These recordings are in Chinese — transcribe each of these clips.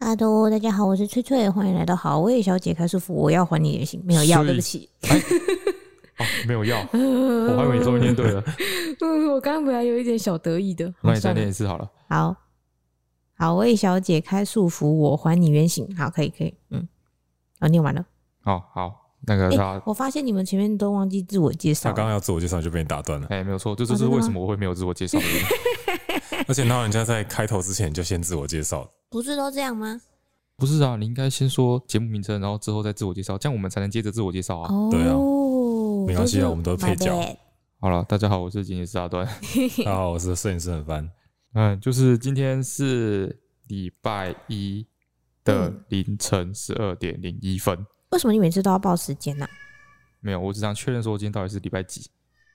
Hello，大家好，我是翠翠，欢迎来到好味小姐开束缚。我要还你原形，没有要，是对不起。哎哦，没有要，我 我还以 为你终于念 对了，嗯，我刚刚本来有一点小得意的，那好你再算了念一次好了。好，好味小姐开束缚，我还你原形。好，可以，可以，嗯，我、念完了。好好，那个啊诶他，我发现你们前面都忘记自我介绍他了，刚刚要自我介绍就被你打断 了，哎，没有错，这就哦是真的为吗什么我会没有自我介绍 的原因。而且然后人家在开头之前就先自我介绍，不是都这样吗？不是啊，你应该先说节目名称，然后之后再自我介绍，这样我们才能接着自我介绍啊。哦，对啊没关系啊是我们都 my 配角 bad 好了，大家好，我是剪辑师阿端。大家好，我是摄影师很烦。嗯，就是今天是礼拜一的凌晨十二点零一分。为什么你每次都要报时间呐、没有，我只想确认说我今天到底是礼拜几。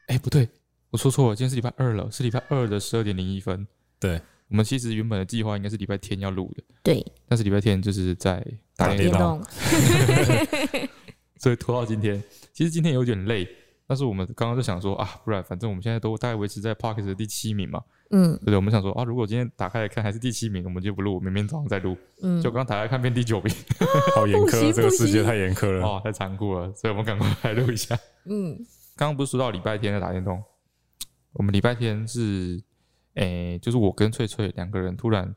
哎，不对，我说错了，今天是礼拜二了，是礼拜二的十二点零一分。啊对，我们其实原本的计划应该是礼拜天要录的，对，但是礼拜天就是在打打电电动，动动，所以拖到今天。其实今天有点累，但是我们刚刚就想说啊，不然反正我们现在都大概维持在 Parkes 的第七名嘛，嗯对不对？我们想说啊，如果今天打开来看还是第七名，我们就不录，明天早上再录。嗯，就刚打开看变第九名，好严不行苛，这个世不行界太严苛了。哇，太残酷了，所以我们赶快来录一下。嗯刚刚不是说到礼拜天的打电动，我们礼拜天是，诶、就是我跟翠翠两个人突然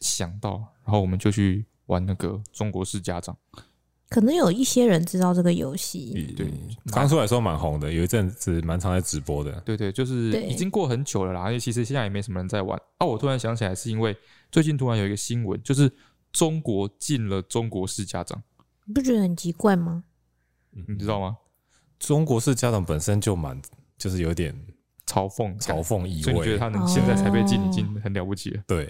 想到，然后我们就去玩那个中国式家长，可能有一些人知道这个游戏，对刚出来的时候蛮红的，有一阵子蛮常在直播的。对对，就是对已经过很久了啦，而且其实现在也没什么人在玩。啊，我突然想起来，是因为最近突然有一个新闻，就是中国进了中国式家长，你不觉得很奇怪吗？你知道吗？中国式家长本身就蛮就是有点嘲讽感嘲，讽意所以你觉得味，他能现在才被进，哦已经很了不起了。对，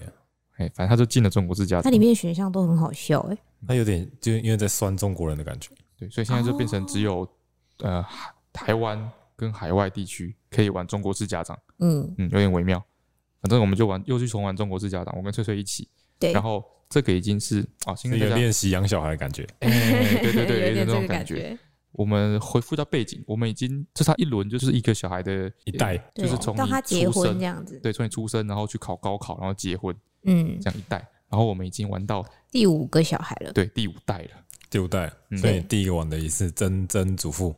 哎，反正他就进了中国式家它长里，面的选项都很好笑、欸，哎，他有点就因为在酸中国人的感觉。对，所以现在就变成只哦有、呃海台湾跟海外地区可以玩中国式家长，嗯，嗯，有点微妙。反正我们就玩，又去重玩中国式家长，我跟翠翠一起。对然后这个已经是啊，先是跟有大家，练习养小孩的感觉，哎 对对对，有点这种感觉。。我们回复到背景，我们已经这是他一轮就是一个小孩的一代对就是从到你他结出婚生这样子，对，从你出生然后去考高考，然后结婚嗯，这样一代，然后我们已经玩到第五个小孩了，对第五代了，第五代，嗯所以你第一个玩的也是曾曾祖父，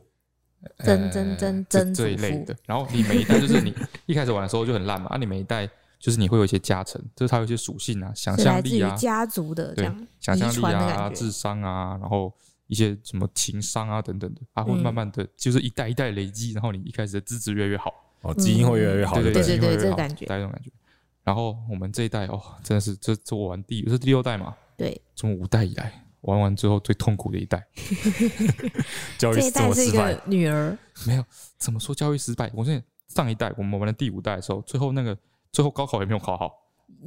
曾曾曾曾这一祖呃类父的。然后你每一代就 是你一开始玩的时候就很烂嘛，啊，你每一代就是你会有一些加成，就是它有一些属性啊、想是来象自力于啊、家族的这对样想遗象力传的啊、感觉智，商啊，然后一些什么情商啊等等的，啊，会慢慢的就是一代一代累积，然后你一开始的资质越来越好，哦，基因会越来越好，嗯对不对对？基因会越来越这个好感觉大概这种感觉。然后我们这一代哦，真的是这这我玩第这是第六代嘛，对，从五代以来玩完之后最痛苦的一代。教育这一是怎代么是一失败个？女儿，没有怎么说教育失败。我现在上一代我们玩的第五代的时候，最后那个最后高考也没有考好，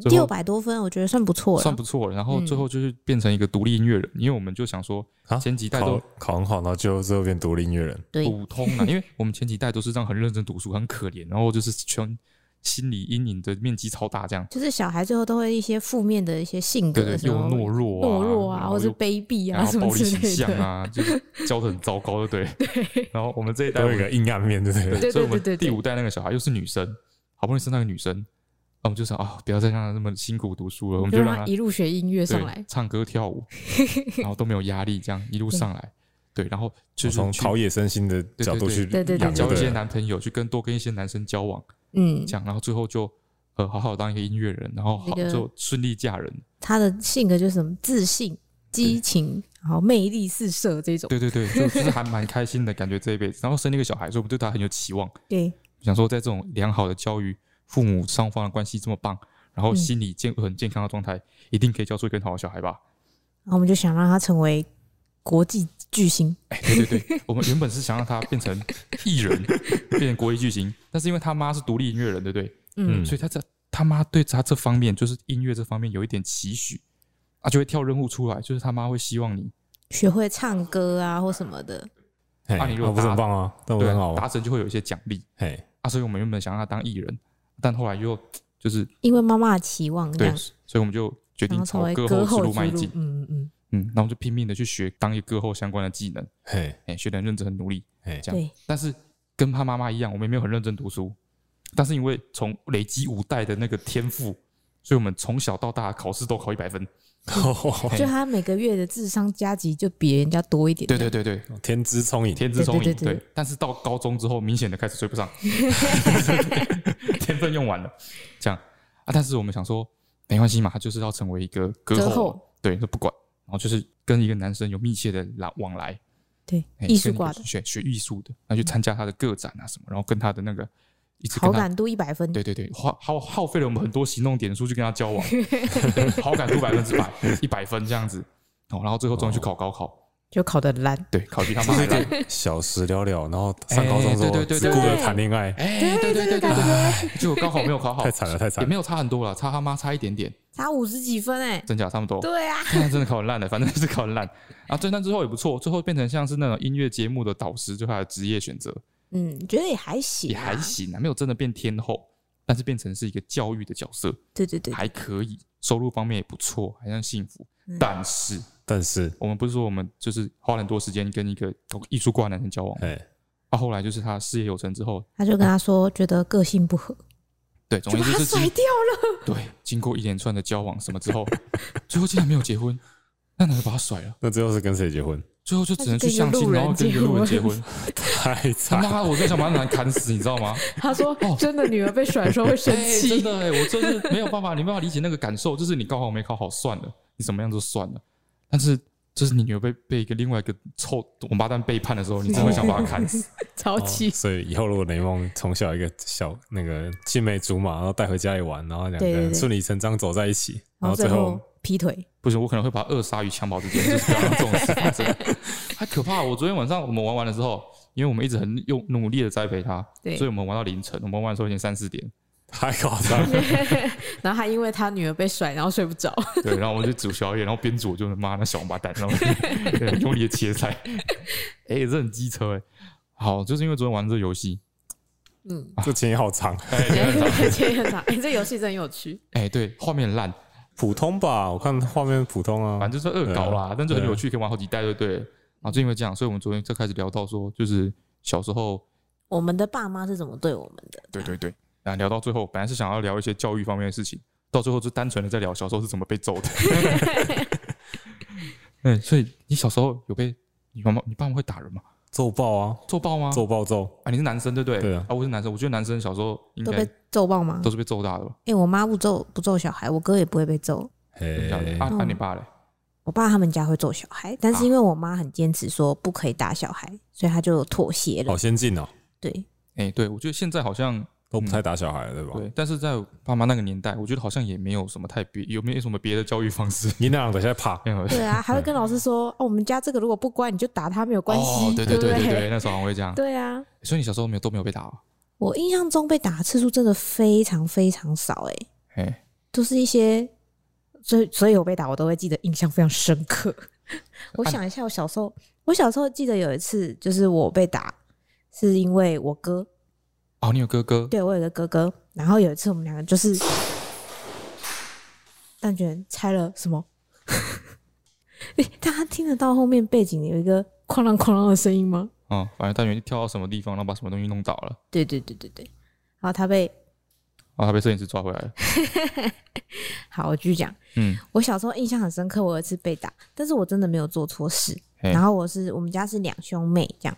最六后百多分，我觉得算不错了，算不错了。然后嗯最后就是变成一个独立音乐人，因为我们就想说啊前几代考都考很好，然后就最后变独立音乐人，对，普通啊，因为我们前几代都是这样很认真读书，很可怜，然后就是全心理阴影的面积超大这样。就是小孩最后都会一些负面的一些性格对对，什又么懦弱啊，懦弱啊，然或后者又卑鄙啊然什后么暴力之形类象的，啊，就是教的很糟糕，对不对？然后我们这一代都我有一们个阴暗面，对不对？对所以我对们对第对五代那个小孩又是女生，好不容易生到一个女生，那我们就想啊，不要再让她那么辛苦读书了，我们就就让让他她一路学音乐对上来，唱歌跳 舞，然后都没有压力，这样一路上来，对，然后就是从去陶冶身心的角度去对对对养交这一个些人，男朋友，去跟多跟一些男生交往，嗯这，样，然后最后就呃好好当一个音乐人，然后好那个就顺利嫁人，他的性格就是什么自信、激情，然后魅力四射这种。对对对，就就是还蛮开心的感觉这一辈子。然后生了一个小孩，所以我们对他很有期望，对，想说在这种良好的教育、父母双方的关系这么棒，嗯然后心理健很健康的状态，一定可以教出一个很好的小孩吧？然后我们就想让他成为国际巨星，哎，对对对，我们原本是想让他变成艺人，变成国艺巨星，但是因为他妈是独立音乐人，对不对？嗯，所以他这他妈对他这方面，就是音乐这方面有一点期许，啊，就会跳任务出来，就是他妈会希望你，学会唱歌啊或什么的。嘿啊你如果啊不是打很棒啊，但我对很好，达啊，成就会有一些奖励嘿，啊，所以我们原本想让他当艺人，但后来又就是因为妈妈的期望这对样，，所以我们就决然定后成朝为歌歌之后路之迈路进。。嗯嗯，嗯，然后我就拼命的去学当一个歌后相关的技能，嘿， 哎、学得很认真很努力嘿这样。对，但是跟他妈妈一样，我们也没有很认真读书，但是因为从累积五代的那个天赋，所以我们从小到大考试都考一百分。哦 就他每个月的智商加级就比人家多一点。对对对对， 天资聪颖，哦天资聪对颖。对对对，但是到高中之后，明显的开始追不 上，天分用完了，这样啊。但是我们想说，没关系嘛，他就是要成为一个歌歌后，后对，就不管。然后就是跟一个男生有密切的来往来，对哎艺术跟一个挂的嗯学学艺术的，那去参加他的个展啊什么，然后跟他的那个一直好跟他感度一百分，对对对，花耗耗费了我们很多行动点数去跟他 交往，好感度百分之百，一百分这样子。哦，然后最后终于去考高考，就考得烂。对，考比他就妈是还一烂。个小时了了，然后上高中之哎对对后对只顾着对谈恋爱，哎，对对对对对，就高考没有考好太，惨了，太哦惨也了。没有差很多了，差他妈差一点点，差五十几分哎、真假差不多。对啊，看来真的考很烂的，反正是考很烂啊。对，但之后也不错，最后变成像是那种音乐节目的导师，就他的职业选择嗯，觉得也还行、也啊，还。行啊，没有真的变天后，但是变成是一个教育的角色，对对对，还可以，收入方面也不错，还算幸福嗯。但是但是，我们不是说我们就是花了很多时间跟一个艺术挂的男生交往，哎，啊，后来就是他事业有成之后，他就跟他说觉得个性不合，对，总就而把言他之就是甩经掉了。对经过一连串的交往什么之后，最后竟然没有结婚，那男的把他甩了，那最后是跟谁结婚？ 最后就只能去他是跟相一个亲，路人然后跟一个路人结结婚婚， 太他惨了，妈我真想把那男砍死，你知道吗？他说真的女儿被甩的 时候会生哎，真的哎，我真是没有办法，你没办法理解那个感受，就是你高考没考好算了，你怎么样都算了，但是。就是你女儿被被一个另外一个臭王八蛋背叛的时候，你真的会想把他砍死。超气哦。所以以后如果雷梦从小一个小那个青梅竹马，然后带回家里玩，然后两个对对人对顺理成章走在一起，然后然后最最后后劈腿，不行，我可能会把扼杀于襁褓之间，就是不要让这种事发生。 太可怕了！我昨天晚上我们玩完的时候，因为我们一直很用努力的栽培他，对所以我们玩到凌晨。我们玩的时候已经三四点，太夸张 了，然后他因为他女儿被甩，然后睡不着，对，然后我们就煮宵夜，然后边煮我就妈那小王八蛋，然后 对用力的切菜， 哎、这很机车哎、好，就是因为昨天玩这游戏，嗯，这前也好长，今天很长。哎，这游戏真有趣，哎、对，画面烂，普通吧？我看画面普通啊，反正就是恶搞啦，对啊但是很有趣，可以玩好几代，对不对了？然后就因为这样，所以我们昨天就开始聊到说，就是小时候我们的爸妈是怎么对我们的？对对对，然啊后聊到最后，本来是想要聊一些教育方面的事情，到最后就单纯的在聊小时候是怎么被揍 的。嗯，所以你小时候有被你妈妈、你爸妈会打人吗？揍爆啊，揍爆吗？揍爆揍，啊！你是男生对不对？对啊啊，我是男生，我觉得男生小时候应都该被揍爆吗都？是被揍大的吧？哎，我妈不揍不揍小孩，我哥也不会被揍。哎，啊啊！嗯你爸嘞？我爸他们家会揍小孩，但是因为我妈很坚持说不可以打小孩，所以他就妥协了好。先进哦，对，哎，对，我觉得现在好像都不太打小孩了，对吧？对，但是在我爸妈那个年代，我觉得好像也没有什么太别，有没有什么别的教育方式？ 你那样等下怕，没有对啊，还会跟老师说，哦，我们家这个如果不乖，你就打他没有关系哦，，对对对不对对，那时候好像会这样。对啊，所以你小时候没有都没有被打哦？我印象中被打的次数真的非常非常少、欸，哎，哎，都是一些，所以所以我被打，我都会记得印象非常深刻。 我想一下，我小时候，我小时候记得有一次，就是我被打，是因为我哥，哦，你有哥哥？对我有个哥哥，然后有一次我们两个就是，蛋卷拆了什么？ 诶大家听得到后面背景有一个哐啷哐啷的声音吗？嗯，反正蛋圆跳到什么地方，然后把什么东西弄倒了，对对对对对，然后他被然后他被摄影师抓回来了。好，我继续讲。嗯，我小时候印象很深刻，我有一次被打，但是我真的没有做错事。嘿然后我是我们家是两兄妹这样，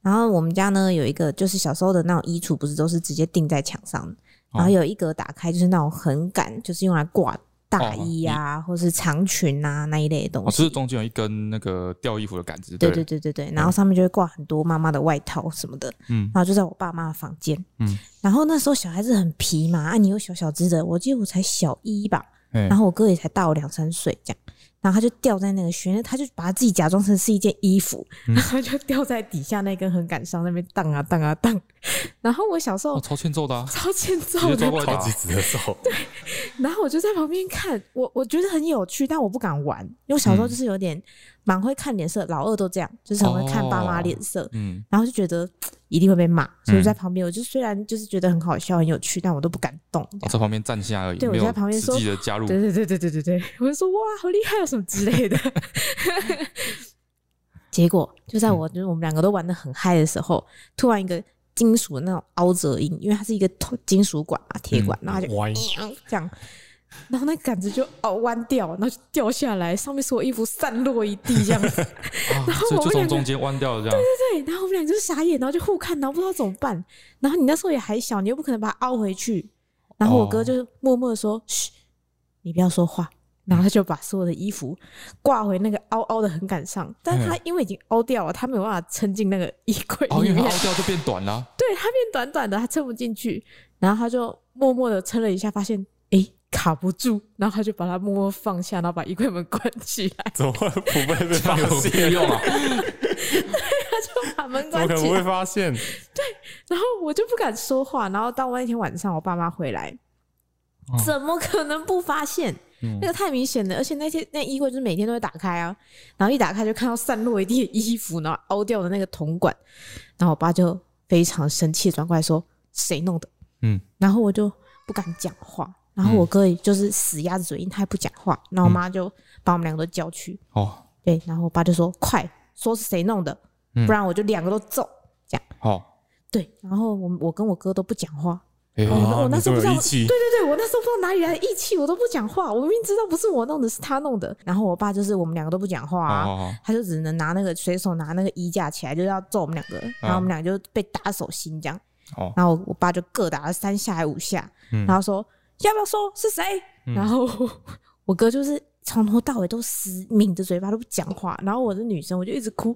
然后我们家呢有一个就是小时候的那种衣橱，不是都是直接钉在墙上的，哦然后有一格打开就是那种横杆，就是用来挂大衣啊，或是长裙啊那一类的东哦，就西。是中间有一根那个吊衣服的杆子，对对对对了，对对，然后上面就会挂很多妈妈的外套什么的，嗯然后就在我爸妈的房间，嗯，然后那时候小孩子很皮嘛，啊，你又小小只的，我记得我才小一吧，哎然后我哥也才大我两三岁这样，然后他就吊在那个悬，他就把他自己假装成是一件衣服，然后嗯就吊在底下那根横杆上那边荡啊荡啊荡。然后我小时候哦，超欠揍的啊，超欠揍直接的抓，过来超打级，值得揍，然后我就在旁边看，我我觉得很有趣，但我不敢玩，因为我小时候嗯就是有点蛮会看脸色，老二都这样，就是很会看爸妈脸色，嗯，然后就觉得嘖一定会被骂，所以我在旁边，我就虽然就是觉得很好笑、很有趣，但我都不敢动。这我样在旁边站下而已，对我没有在旁边实说际的加入，对对对对对对 对，我就说哇，好厉害，有什么之类的。 结果就在我就是我们两个都玩的很嗨的时候，突然一个金属的那种凹折音，因为它是一个铜金属管嘛，铁管，然后它就歪， 这样，然后那杆子就哦弯掉，然后就掉下来，上面所有衣服散落一地这样子。啊，后所以我们就从两个中间弯掉了这样。对，然后我们俩就是傻眼，然后就互看，然后不知道怎么办。然后你那时候也还小，你又不可能把它凹回去。然后我哥哦就默默的说：“嘘，你不要说话。”然后他就把所有的衣服挂回那个凹凹的横杆上，但嗯是他因为已经凹掉了，他没有办法撑进那个衣柜哦，里因为面，它凹掉就变短了。对他变短短的，他撑不进去。然后他就默默的撑了一下，发现诶卡不住，然后他就把它默默放下，然后把衣柜门关起来，怎么会不会被这发样有现屁？用啊！他就把门怎关起么可来。能不会发现？然后我就不敢说话。然后到那天晚上，我爸妈回来，哦怎么可能不发现？嗯那个太明显了，而且那天那衣柜就是每天都会打开啊，然后一打开就看到散落一地的衣服，然后凹掉的那个铜管，然后我爸就非常生气，转过来说：“谁弄的？”嗯，然后我就不敢讲话，然后我哥也就是死鸭子嘴硬，他也不讲话，然嗯后我妈就把我们两个都叫去，哦，对，然后我爸就说：“快说是谁弄的，嗯不然我就两个都揍。”好，对，然后我们我跟我哥都不讲话，哎，哦我那你时这候不么知道有义气，对对对，我那时候不知道哪里来的义气，我都不讲话。我明明知道不是我弄的，是他弄的。然后我爸就是我们两个都不讲话、啊，哦，他就只能拿那个随手拿那个衣架起来，就要揍我们两个。然嗯后我们俩就被打手心这样。哦然后我我爸就各打了三下还五下，嗯然后说要不要说是谁？嗯然后我哥就是从头到尾都死抿着嘴巴都不讲话，然后我是女生，我就一直哭，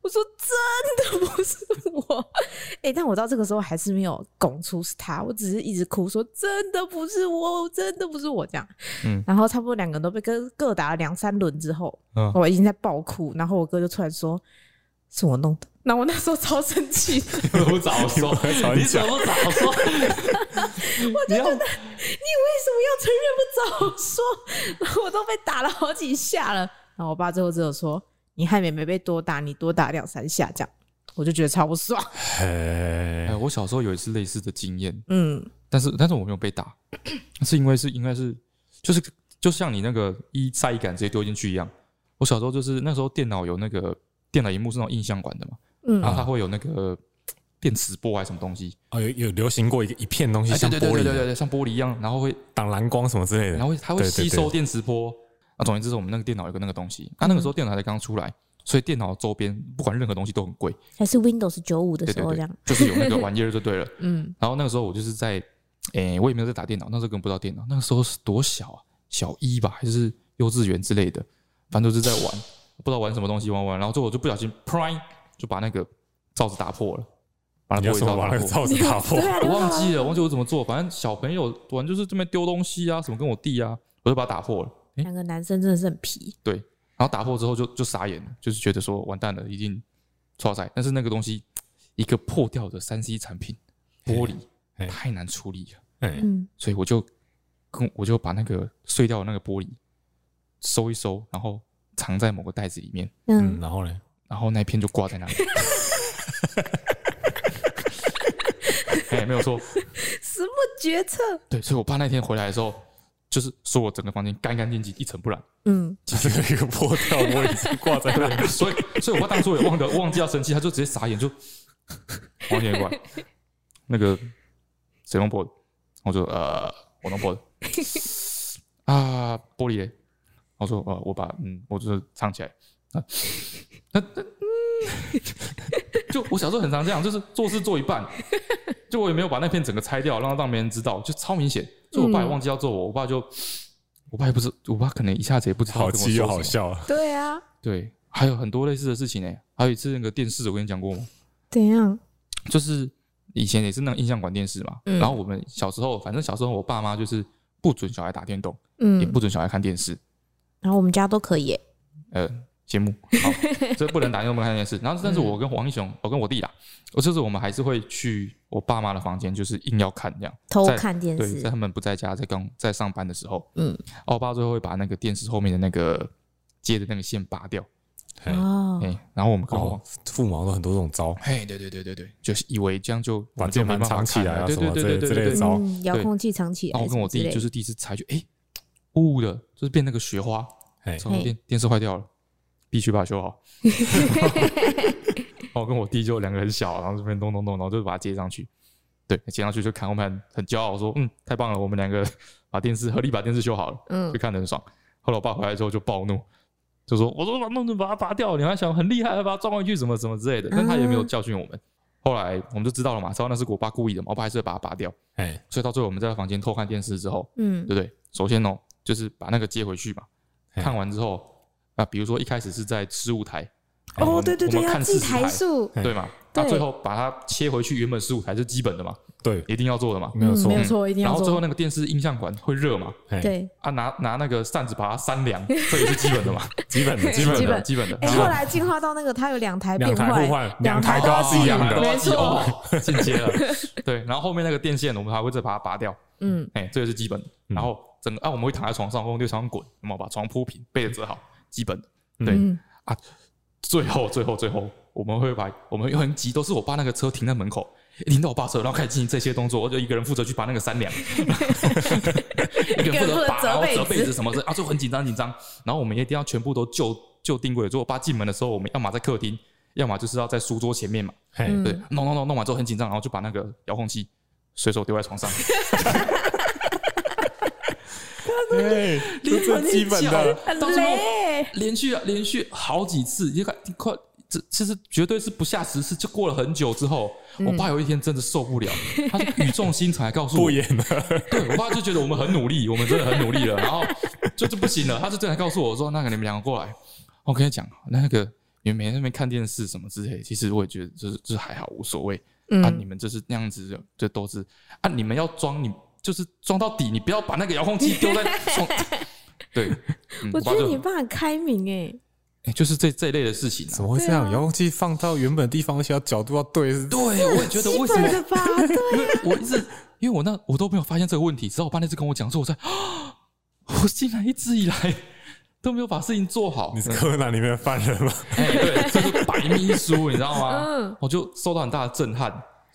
我说真的不是我， 哎、但我到这个时候还是没有拱出是他，我只是一直哭说真的不是我，真的不是我这样，嗯然后差不多两个人都被各各打了两三轮之后，嗯我已经在爆哭，然后我哥就突然说是我弄的，那我那时候超生气的。不早说早你怎讲么不早说？你要你为什么要承认不早说？然后我都被打了好几下了。然后我爸最后只有说：“你害妹妹被多打，你多打两三下。”这样我就觉得超不爽。哎哎，，我小时候有一次类似的经验，嗯，但是但是我没有被打，是因为是应该是就是就像你那个一晒衣杆直接丢进去一样。我小时候就是那时候电脑有那个电脑荧幕是那种印象馆的嘛，嗯然后它会有那个电磁波还是什么东西，哦，有有流行过一个一片东西，哎像对对玻对对对璃对，像玻璃一样，然后会挡蓝光什么之类然的。后它会对对吸对收电磁波。啊，总而言之，是我们那个电脑有个那个东西，那、那个时候电脑才刚出来，所以电脑周边不管任何东西都很贵，还是 Windows 九五的对时对候这对样。，就是有那个玩意儿就对了。嗯，然后那个时候我就是在，诶、我也没有在打电脑，那时候根本不知道电脑，那个时候是多小啊，小一吧，还是幼稚园之类的，反正就是在玩，不知道玩什么东西玩玩，然后最后我就不小心，砰，就把那个罩子打破了，把那玻你要璃什罩么把打那个破。罩子打破？对啊，我忘记了，忘记我怎么做，反正小朋友玩就是这边丢东西啊，什么跟我弟啊，我就把它打破了。诶两个男生真的是很皮。然后打破之后就就傻眼了，就是觉得说完蛋了，一定超载。但是那个东西，一个破掉的三 C 产品玻璃嘿太难处理了，哎，嗯，所以我就跟我就把那个碎掉的那个玻璃收一收，然后藏在某个袋子里面，嗯，嗯，然后呢？然后那片就挂在那里。 哎、没有错，什么决策？对，所以我爸那天回来的时候，就是说我整个房间干干净净，一尘不染。嗯，就是有一个破掉玻璃挂在 那里。对，所以所以我爸当初也忘了忘记要生气，他就直接傻眼，就往前一拐，那个谁弄破的？我就呃，我弄破的啊，玻璃嘞。我说呃，我把嗯，我就是藏起来。啊那那嗯， 就我小时候很常这样，就是做事做一半，就我也没有把那片整个拆掉，让让别人知道，就超明显。所以我爸也忘记要做我，我爸就，我爸也不知，我爸可能一下子也不知道好跟我气说又什好么笑啊，对啊，对，还有很多类似的事情呢、还有一次那个电视，我跟你讲过吗？怎样？就是以前也是那种印象馆电视嘛。嗯然后我们小时候，反正小时候我爸妈就是不准小孩打电动，也嗯不，准小孩看电视，然后我们家都可以耶。呃，节目好，这不能打电动，不能看电视。然嗯后，但是我跟黄英雄，我跟我弟啦，我就是我们还是会去我爸妈的房间，就是硬要看这样。偷在看电对，在视他，们不在家，在刚在上班的时候，嗯，哦我爸最后会把那个电视后面的那个接的那个线拔掉，哎哦哎、，然后我们跟我哦，父母好像都很多这种招，嘿，对对对对对，就是以为这样就把这键没盘办法藏起看来了啊对什对么对之对类对之类对的哎对。糟嗯，遥控器藏起来然什后么我之类的。跟我弟就是第一次拆，就哎，呜呜的，就是变那个雪花，哎，从嘿 电电视坏掉了，必须把它修好。后我跟我弟就两个很小，然后这边咚咚咚，然后就把它接上去。对，接上去就看我们很骄傲说，嗯，太棒了，我们两个把电视合力把电视修好了，嗯就看得很爽。后来我爸回来之后就暴怒，就说：“我说把弄子把它拔掉，你还想很厉害，把它装回去，什么什么嗯之类的。”但他也没有教训我们。后来我们就知道了嘛，知道那是我爸故意的嘛，我爸还是会把它拔掉。哎，所以到最后我们在房间偷看电视之后，嗯对不对？首先哦，就是把那个接回去嘛。嘿看完之后啊，比如说一开始是在吃舞台，啊我哦，们对对对，我们要看记40台台数，嘿对嘛？那对最后把它切回去原本十五台是基本的嘛，对，一定要做的嘛。没嗯有错没，有错，一定然要后最做。后那个电视音像管会热嘛？哎，对，啊，拿拿那个扇子把它 扇凉，这也是基本的嘛，基本的，基基本本的，基本的。哎，然后后来进化到那个它有两台变两台互换，两台台都要是一样都的，要没记错哦，进阶了。对，然后后面那个电线我们还会再把它拔掉，嗯，哎，这也是基本的。然后整个啊，我们会躺在床上，我们就床上滚，那么把床铺平，被子折好，基本的。对，嗯最后，最后，最后，我们会把我们很急，都是我爸那个车停在门口，停到我爸车，然后开始进行这些动作，我就一个人负责去拔那个三 梁，一个人负责拔，然后折被子什么的，啊，就很紧张，紧张。然后我们一定要全部都就就定位，所以我爸进门的时候，我们要么在客厅，要么就是要在书桌前面嘛。哎，嗯对，弄弄弄弄完之后很紧张，然后就把那个遥控器随手丢在床上，对，就很最基本的，很到最后累，连续连续好几次，你看快，这其实绝对是不下十次。就过了很久之后，嗯我爸有一天真的受不了，他就语重心长地告诉 不我，演了， 对我爸就觉得我们很努力，我们真的很努力了，然后就是不行了，他就真的告诉我说：“那个你们两个过来，我哦跟你讲，那个你们每天在那边看电视什么之类，其实我也觉得就是就是还好，无所谓。啊，你嗯，们就是那样子的，这都是啊，你们要装你就是装到底，你不要把那个遥控器丢在床。 对，嗯我爸觉得就你爸很开明哎，欸就是这这一类的事情、怎啊。么会这对样？啊遥控器放到原本的地方，而且要角度要对，是对，我也觉得为什么基本的？吧？ 对，因为我一直，因为我那我都没有发现这个问题，直到我爸那次跟我讲说，我在， 我竟然一直以来 都没有把事情做好你。是柯南里面的犯人吗？ 哎、对，这是白秘书，你知道吗？嗯我就受到很大的震撼。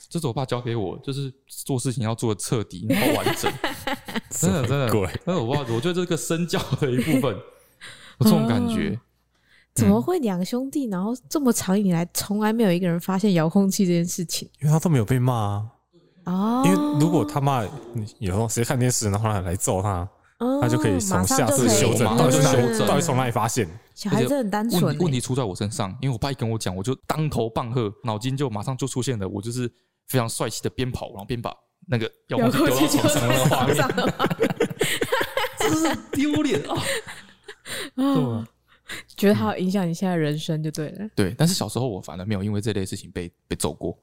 这是我爸教给我，就是做事情要做的彻底，然后完整。真的，真的，鬼真的，我爸，我觉得这是个身教的一部分，有这种感觉。怎么会两兄弟？然后这么长以来，从来没有一个人发现遥控器这件事情因为他都没有被骂啊。哦。因为如果他骂你，有时候谁看电视，然后他来揍他，哦他就可以从马上下就次可以修正，马到上就底从哪修里正到底从哪里发现？小孩子很单纯问欸，问题出在我身上，因为我爸一跟我讲，我就当头棒喝，脑筋就马上就出现了，我就是非常帅气的边跑，然后边把那个遥控器丢到床上的 那个画面，上，真是 丢脸啊！哦啊觉得它有影响你现在人生就对了。对，但是小时候我反而没有因为这类事情被被揍过，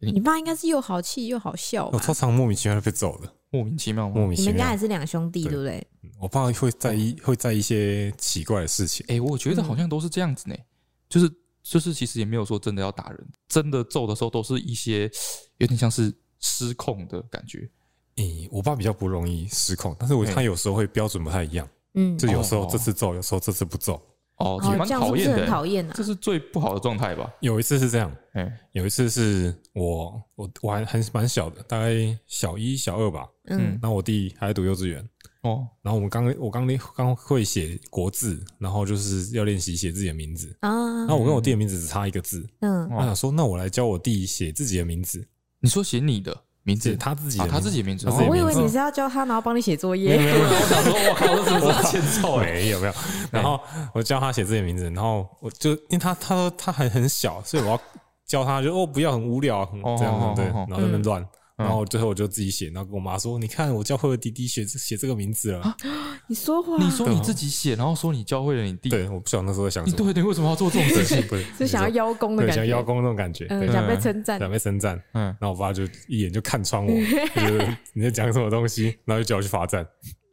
你爸应该是又好气又好笑我吧？超常莫名其妙地被揍的，莫名其妙莫吗？名你其们家妙也。是两兄弟，对对不对？我爸会在意会在意一些奇怪的事情，哎、我觉得好像都是这样子呢，就是就是其实也没有说真的要打人，真的揍的时候都是一些有点像是失控的感觉，咦，我爸比较不容易失控，但是我嗯他有时候会标准不太一样，嗯，就有时候哦这次揍，有时候这次不揍。哦，哦也，蛮这样是讨不厌是很的、欸讨厌啊这？是最不好的状态吧？有一次是这样，哎、有一次是我我我还很蛮小的，大概小一小二吧，嗯嗯，然后我弟还在读幼稚园，哦，然后我们刚我刚练刚会写国字，然后就是要练习写自己的名字。啊嗯然，后我跟我弟的名字只差一个字，嗯哦我想说，那我来教我弟写自己的名字，你说写你的名字写，他自己的嗯啊，他名字，自己的名字，他自己的我以名为字你是要教他，然后帮你写作没有业。没有没有我想说， 我靠，这真的是欠揍哎！没有没有。然后我教他写自己的名字，然后我就因为他他说他还很小，所以我要教他就哦不要很无聊很哦这样哦对，哦哦嗯然后在那嗯边乱。然后最后我就自己写，然后跟我妈说：“你看，我教会了弟弟写写这个名字啊了。你说话，你说你自己写，然后说你教会了你”弟，对，我不晓得那时候在想你什么，对对，为什么要做这种事 情？不是是想要邀功的对感想觉，邀功那种感觉，嗯，对，想被称赞。想被称赞。嗯，然后我爸就一眼就 看穿我，就是你在讲什么东西，然后就叫我去罚站，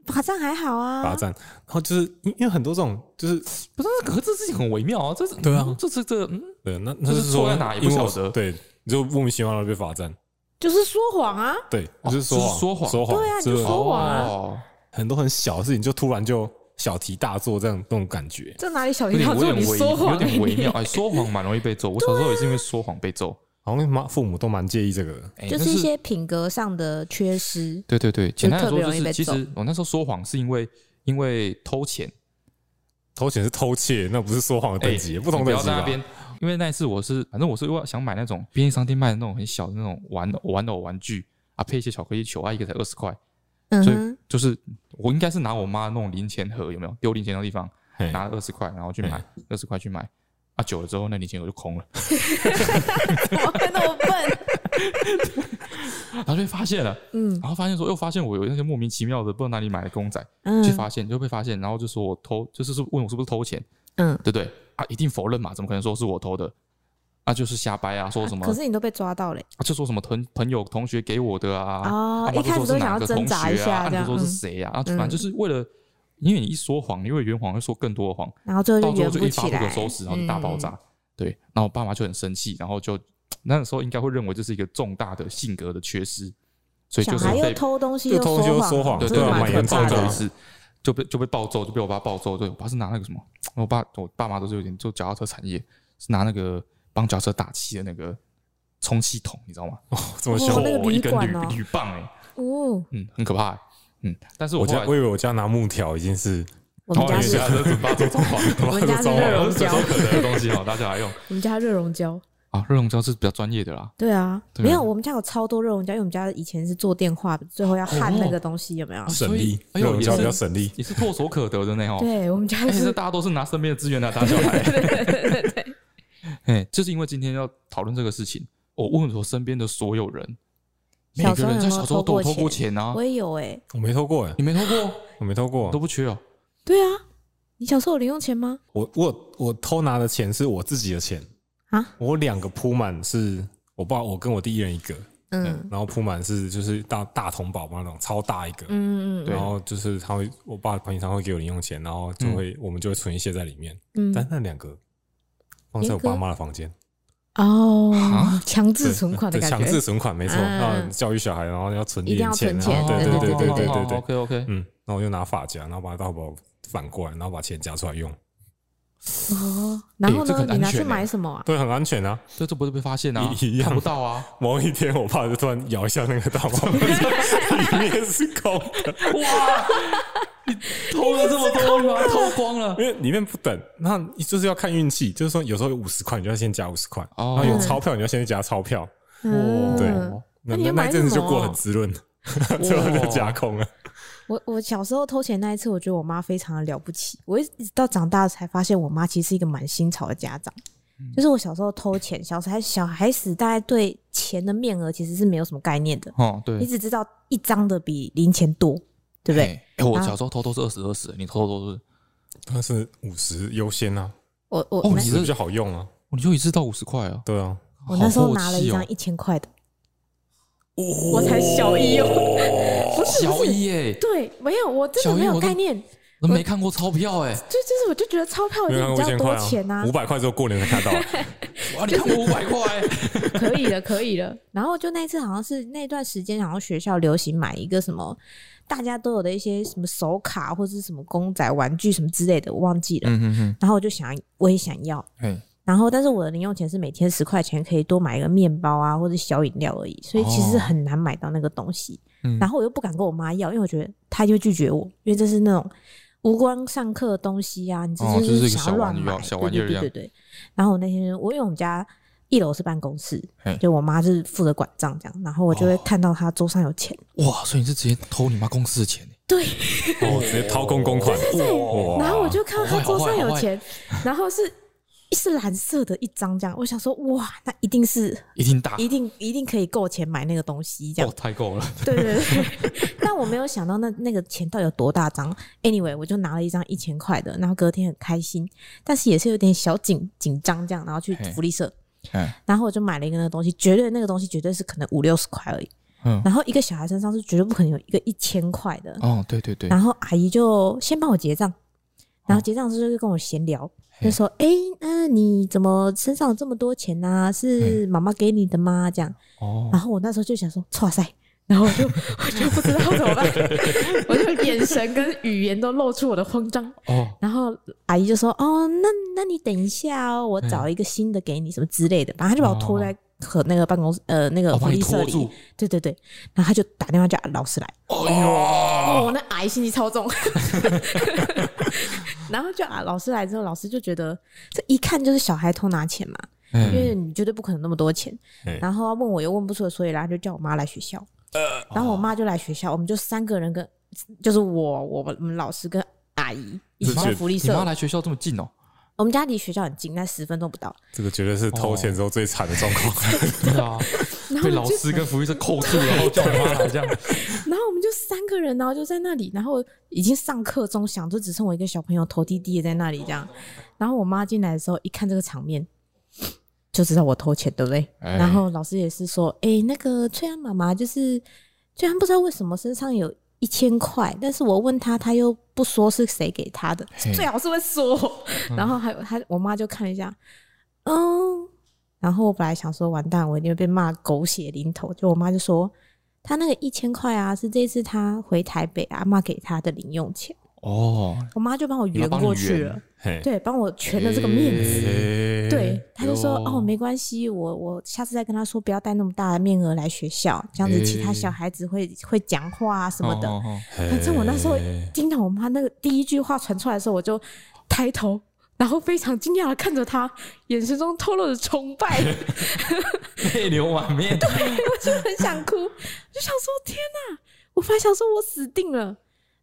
罚站还好啊，罚站。然后就是因因为很多这种，就是不是，可是这事情很微妙啊，这是对啊这是这嗯，对，那就那是是错说在哪也不因为我晓得对，你就莫名其妙的被罚站，就是说谎啊，对，哦就是说就是谎，说谎说谎，对啊你就就说谎啊哦，很多很小的事情，就突然就小题大做这样那种感觉。这哪里小有题点大我做？有你点微说谎有欸，点微妙。你哎，说谎蛮容易被揍，我小时候也是因为说谎被揍，好像妈父母都蛮介意这个的，哎，啊就但是一些品格上的缺失。对对对，简单来说特别就容易是，被其揍实我那时候说谎是因为因为偷钱，偷钱是偷窃，那不是说谎的哎等级，不同啊你不等要级在那吧？边。因为那一次我是，反正我是要想买那种便利商店卖的那种很小的那种玩玩偶玩具啊，配一些巧克力球啊，一个才二十块，嗯所以哼，就是我应该是拿我妈那种零钱盒，有没有丢零钱的地方，嘿拿了二十块，然后去买二十块去买，啊，久了之后那零钱盒就空了， 我看哦到我笨，然后就被发现了，嗯 然后发现说又发现我有那些莫名其妙的不知道哪里买的公仔，嗯，去发现就被发现，然后就说我偷，就是是问我是不是偷钱，嗯，对不对？啊，一定否认嘛，怎么可能说是我偷的？啊，就是瞎掰啊，说什么可是你都被抓到嘞，啊就说什么朋朋友同学给我的啊，哦啊不然一开始就说都是哪想要个挣同扎学一下啊，这就样说是嗯谁呀？啊，反正嗯就是为了，因为你一说谎，因为圆谎会说更多的谎，然后最后到就最圆后就一发起不可来，嗯收拾，然后就大爆炸。对，然后我爸妈就很生气，然后就那时候应该会认为这是一个重大的性格的缺失，嗯。所以小就是孩又被偷东西就偷东西又说谎，谎对哦这对，个啊蛮我妈蛮可也被严怕暴重的揍欸一啊次，就被就被暴揍，就被我爸暴揍。对我爸是拿那个什么，我爸我爸妈都是有点做脚踏车产业，是拿那个帮脚踏车打气的那个充气筒，你知道吗？这么哦凶那，个一铝根管铝哦铝棒哎、哦，嗯，很可怕、欸。嗯，但是我我后家来我以为我家拿木条已经是我们哦家你是，是准备做装 潢，我们 家是热熔胶手，可得的东西 哦，大家来用我们家热熔胶，啊。热熔胶是比较专业的啦，对啊，对啊没有，我们家有超多热熔胶，因为我们家以前是做电话的，最后要焊那个东西，有没有？所省以力，哎那呦种也叫比是较省力，也是唾手可得的呢哦。对，我们家哎，这是，大家都是拿身边的资源来打小孩。 对对对 对。哎，就是因为今天要讨论这个事情，我问我身边的所有人，每小个时候人有在没有小时候都有偷偷过过钱啊我。也有哎，我没偷过哎，你没偷过， 我没偷过都，不缺哦。对啊，你小时候有零用钱吗？我我我偷拿的钱是我自己的钱啊，我两个铺满是我爸，我跟我弟一人一个，嗯然后铺满是就是大大铜宝宝那种超大一个，嗯嗯对然后就是他会，我爸平常会给我零用钱，然后嗯就会、我们就会存一些在里面，嗯但嗯，那两个放在我爸妈的房间，哦，强制存款的对感强觉制，存款没错，嗯那教育小孩，然后要存一定点要钱，存然后对钱哦对对对对对对对对， ，OK OK，嗯，然后我就拿发夹，然后把大宝反过来，然后把钱夹出来用，哦，然后哎这个呢很，你拿安全去欸买什么啊？对，很安全啊。这这不是被发现 啊一一，样看不到啊。某一天，我爸就突然摇一下那个大包，里面是空的，哇，你偷了这么多东西吗？偷光了。 因为里面不等，那就是要看运气，就是说有时候有五十块，你就要先加五十块，然哦后有钞票，你就要先加钞票。嗯，对那那你那要那买一阵子什就么过得很滋润， 最后就夹空了。我我小时候偷钱那一次，我觉得我妈非常的了不起。我一直到长大才发现，我妈其实是一个蛮新潮的家长。嗯就是我小时候偷钱，小孩小孩子大概对钱的面额其实是没有什么概念的，哦，对你，只知道一张的比零钱多，对不对？哎？哎，我啊小时候偷偷是二十二十，你偷偷都是，但是五十优先啊，我我哦那你是比较好用啊。哦你就一次到五十块啊。对啊，我那时候好拿了阔气一哦张一千块的，我才小一哦， 不是小不是，一哎，对，没有，我真小的一没我有都概念，就都没看过钞票哎。就是我就觉得钞票一没有定看哦比较过一千块多啊钱啊，五百块之后过年才 看到啊。哇，你看过五百块？可以了，可以了。 然后就那一次好像是那段时间，好像学校流行买一个什么，大家都有的一些什么手卡或者是什么公仔玩具什么之类的，我忘记了。嗯哼哼，然后我就想，我也想要。哎，然后，但是我的零用钱是每天十块钱，可以多买一个面包啊，或者小饮料而已，所以其实哦很难买到那个东西。嗯然后我又不敢跟我妈要，因为我觉得她就会拒绝我，因为这是那种无关上课的东西啊，你这哦就是一个想要小乱玩意买，儿小玩意儿对对一对样对对。然后我那天我因为我们家一楼是办公室嘿，哦就我妈是负责管账这样，然后我就会看到她桌上有钱，哇，所以你是直接偷你妈公司的钱欸？对，哦，直接掏空公款，对，然后我就看到好他坏桌好上坏有好坏钱，然后是 是蓝色的一张这样，我想说哇，那一定是一定大一定一定可以够钱买那个东西这样哦，，太够了。对对对。 但我没有想到那那个钱到底有多大张。Anyway，我就拿了一张一千块的，然后隔天很开心，但是也是有点小紧紧张这样，然后去嘿福利社，嗯然后我就买了一个那个东西，绝对那个东西绝对是可能五六十块而已。嗯，然后一个小孩身上是绝对不可能有一个一千块的，哦，对对对，然后阿姨就先帮我结账，然后结账的时候就跟我闲聊，嘿就说：“哎、那你怎么身上有这么多钱呐、是妈妈给你的吗？”这样，哦然，后我那时候就想说：“哇塞！” 然后我就我就不知道怎 么办，我就眼神跟语言都露出我的慌张。哦，然后阿姨就说：“哦，那那你等一下哦，我找一个新的给你，什么之类的。”反正他就把我拖在和那个办公室呃那个哦福把你利社拖里住，，对对对。然后他就打电话叫老师来，哎呦，哦，那阿姨心机超重。 然后就啊，老师来之后，老师就觉得这一看就是小孩偷拿钱嘛，因嗯为你绝对不可能那么多钱。嗯然后问我又问不出个所以然后就叫我妈来学校，然后我妈就来学校，我们就三个人跟就是我、我们我们老师跟阿姨一起这到绝福利你妈社。来学校这么近哦，我们家离学校很近，但十分钟不到。这个绝对是偷钱之后最惨的状况。对啊，然后被我老们就师跟福利社扣住，然后叫你妈来这 样，然后我们就三个人，然后就在那里，然后已经上课钟响，就只剩我一个小朋友头低低的在那里这样。然后我妈进来的时候，一看这个场面，就知道我偷钱，对不对？哎然后老师也是说，哎、那个翠安妈妈就是，翠安不知道为什么身上有一千块，但是我问她，她又不说是谁给她的，嘿嗯最好是会说。 然后还有她，我妈就看了一下，嗯。然后我本来想说，完蛋，我一定会被骂狗血淋头。就我妈就说，她那个一千块啊，是这次她回台北啊阿妈给她的零用钱。哦，我妈就帮我你妈圆帮你过去圆哎了， 嘿，对，帮我全了这个面子。诶对，，他就说哟哦，没关系，我我下次再跟他说，不要带那么大的面额来学校，这样子其他诶小孩子会会讲话啊什么的。哎哦，哎哦反正我那时候嘿听到我妈那个第一句话传出来的时候，我就抬头，然后非常惊讶的看着他，眼神中透露着崇拜，我哦泪流满面，就很想哭，就想说天哪、我本来想说我死定了。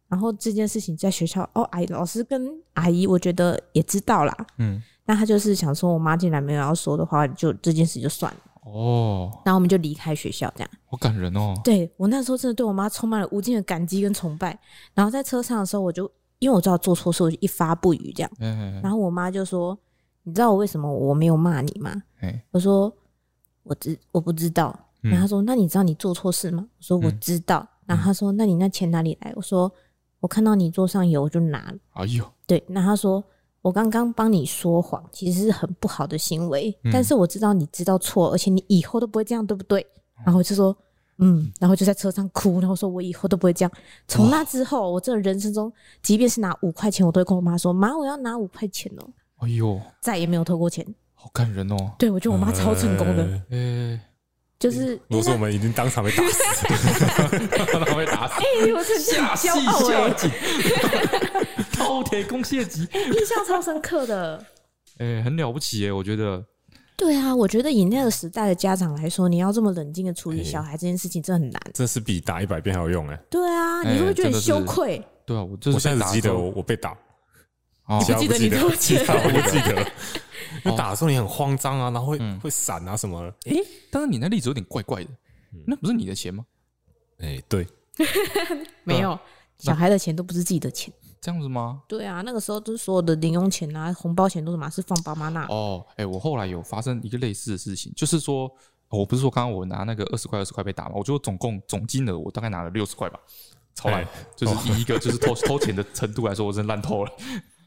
然后这件事情在学校，哦，阿姨老师跟阿姨，我觉得也知道啦。嗯，那他就是想说，我妈进来没有要说的话，就这件事就算了。哦，然后我们就离开学校，这样。好感人哦，对我那时候真的对我妈充满了无尽的感激跟崇拜。然后在车上的时候，我就因为我知道做错事，我就一发不语这样。哎然后我妈就说：“你知道我为什么我没有骂你吗哎，？”我说：“我知我不知道。”然嗯后她说：“那你知道你做错事吗？”我说：“我知道。”然后她说：“那你那钱哪里来？”我说：“我看到你桌上有，我就拿了。哎呦，”对，那她说。我刚刚帮你说谎，其实是很不好的行为，嗯但是我知道你知道错，而且你以后都不会这样，对不对？然后我就说，嗯，然后就在车上哭，然后说我以后都不会这样。从那之后，我这人生中，即便是拿五块钱，我都会跟我妈说：“妈，我要拿五块钱哦、哎呦，再也没有偷过钱。好感人哦，对我觉得我妈超成功的，呃哎，就是因如果为说她我们已经当场被打死，他会打死，哎、我真的下很戏骄傲哎、下 井，饕餮攻蟹级，印象超深刻的。哎，很了不起哎，我觉得，对啊，我觉得以那个时代的家长来说，你要这么冷静的处理哎小孩这件事情，真的很难。这是比打一百遍还有用哎！对啊，你哎会不会觉得真的很是羞愧？对啊，我就是我现在被只打记得的时候我我被打，哦其你不记他不得记你得，哦偷其钱他我不记得。因为打的时候你很慌张啊，然后会嗯会闪啊什么的。诶，哎但是你那例子有点怪怪的，嗯那不是你的钱吗？哎，对，没嗯有，小孩的钱都不是自己的钱。这样子吗？对啊，那个时候就是所有的零用钱啊、红包钱都是嘛是放爸妈那。哦，哎、我后来有发生一个类似的事情，就是说，哦我不是说刚刚我拿那个二十块二十块被打嘛，我就总共总金额我大概拿了六十块吧，超烂，哎就是以一个就是偷 偷钱的程度来说，我真的烂透了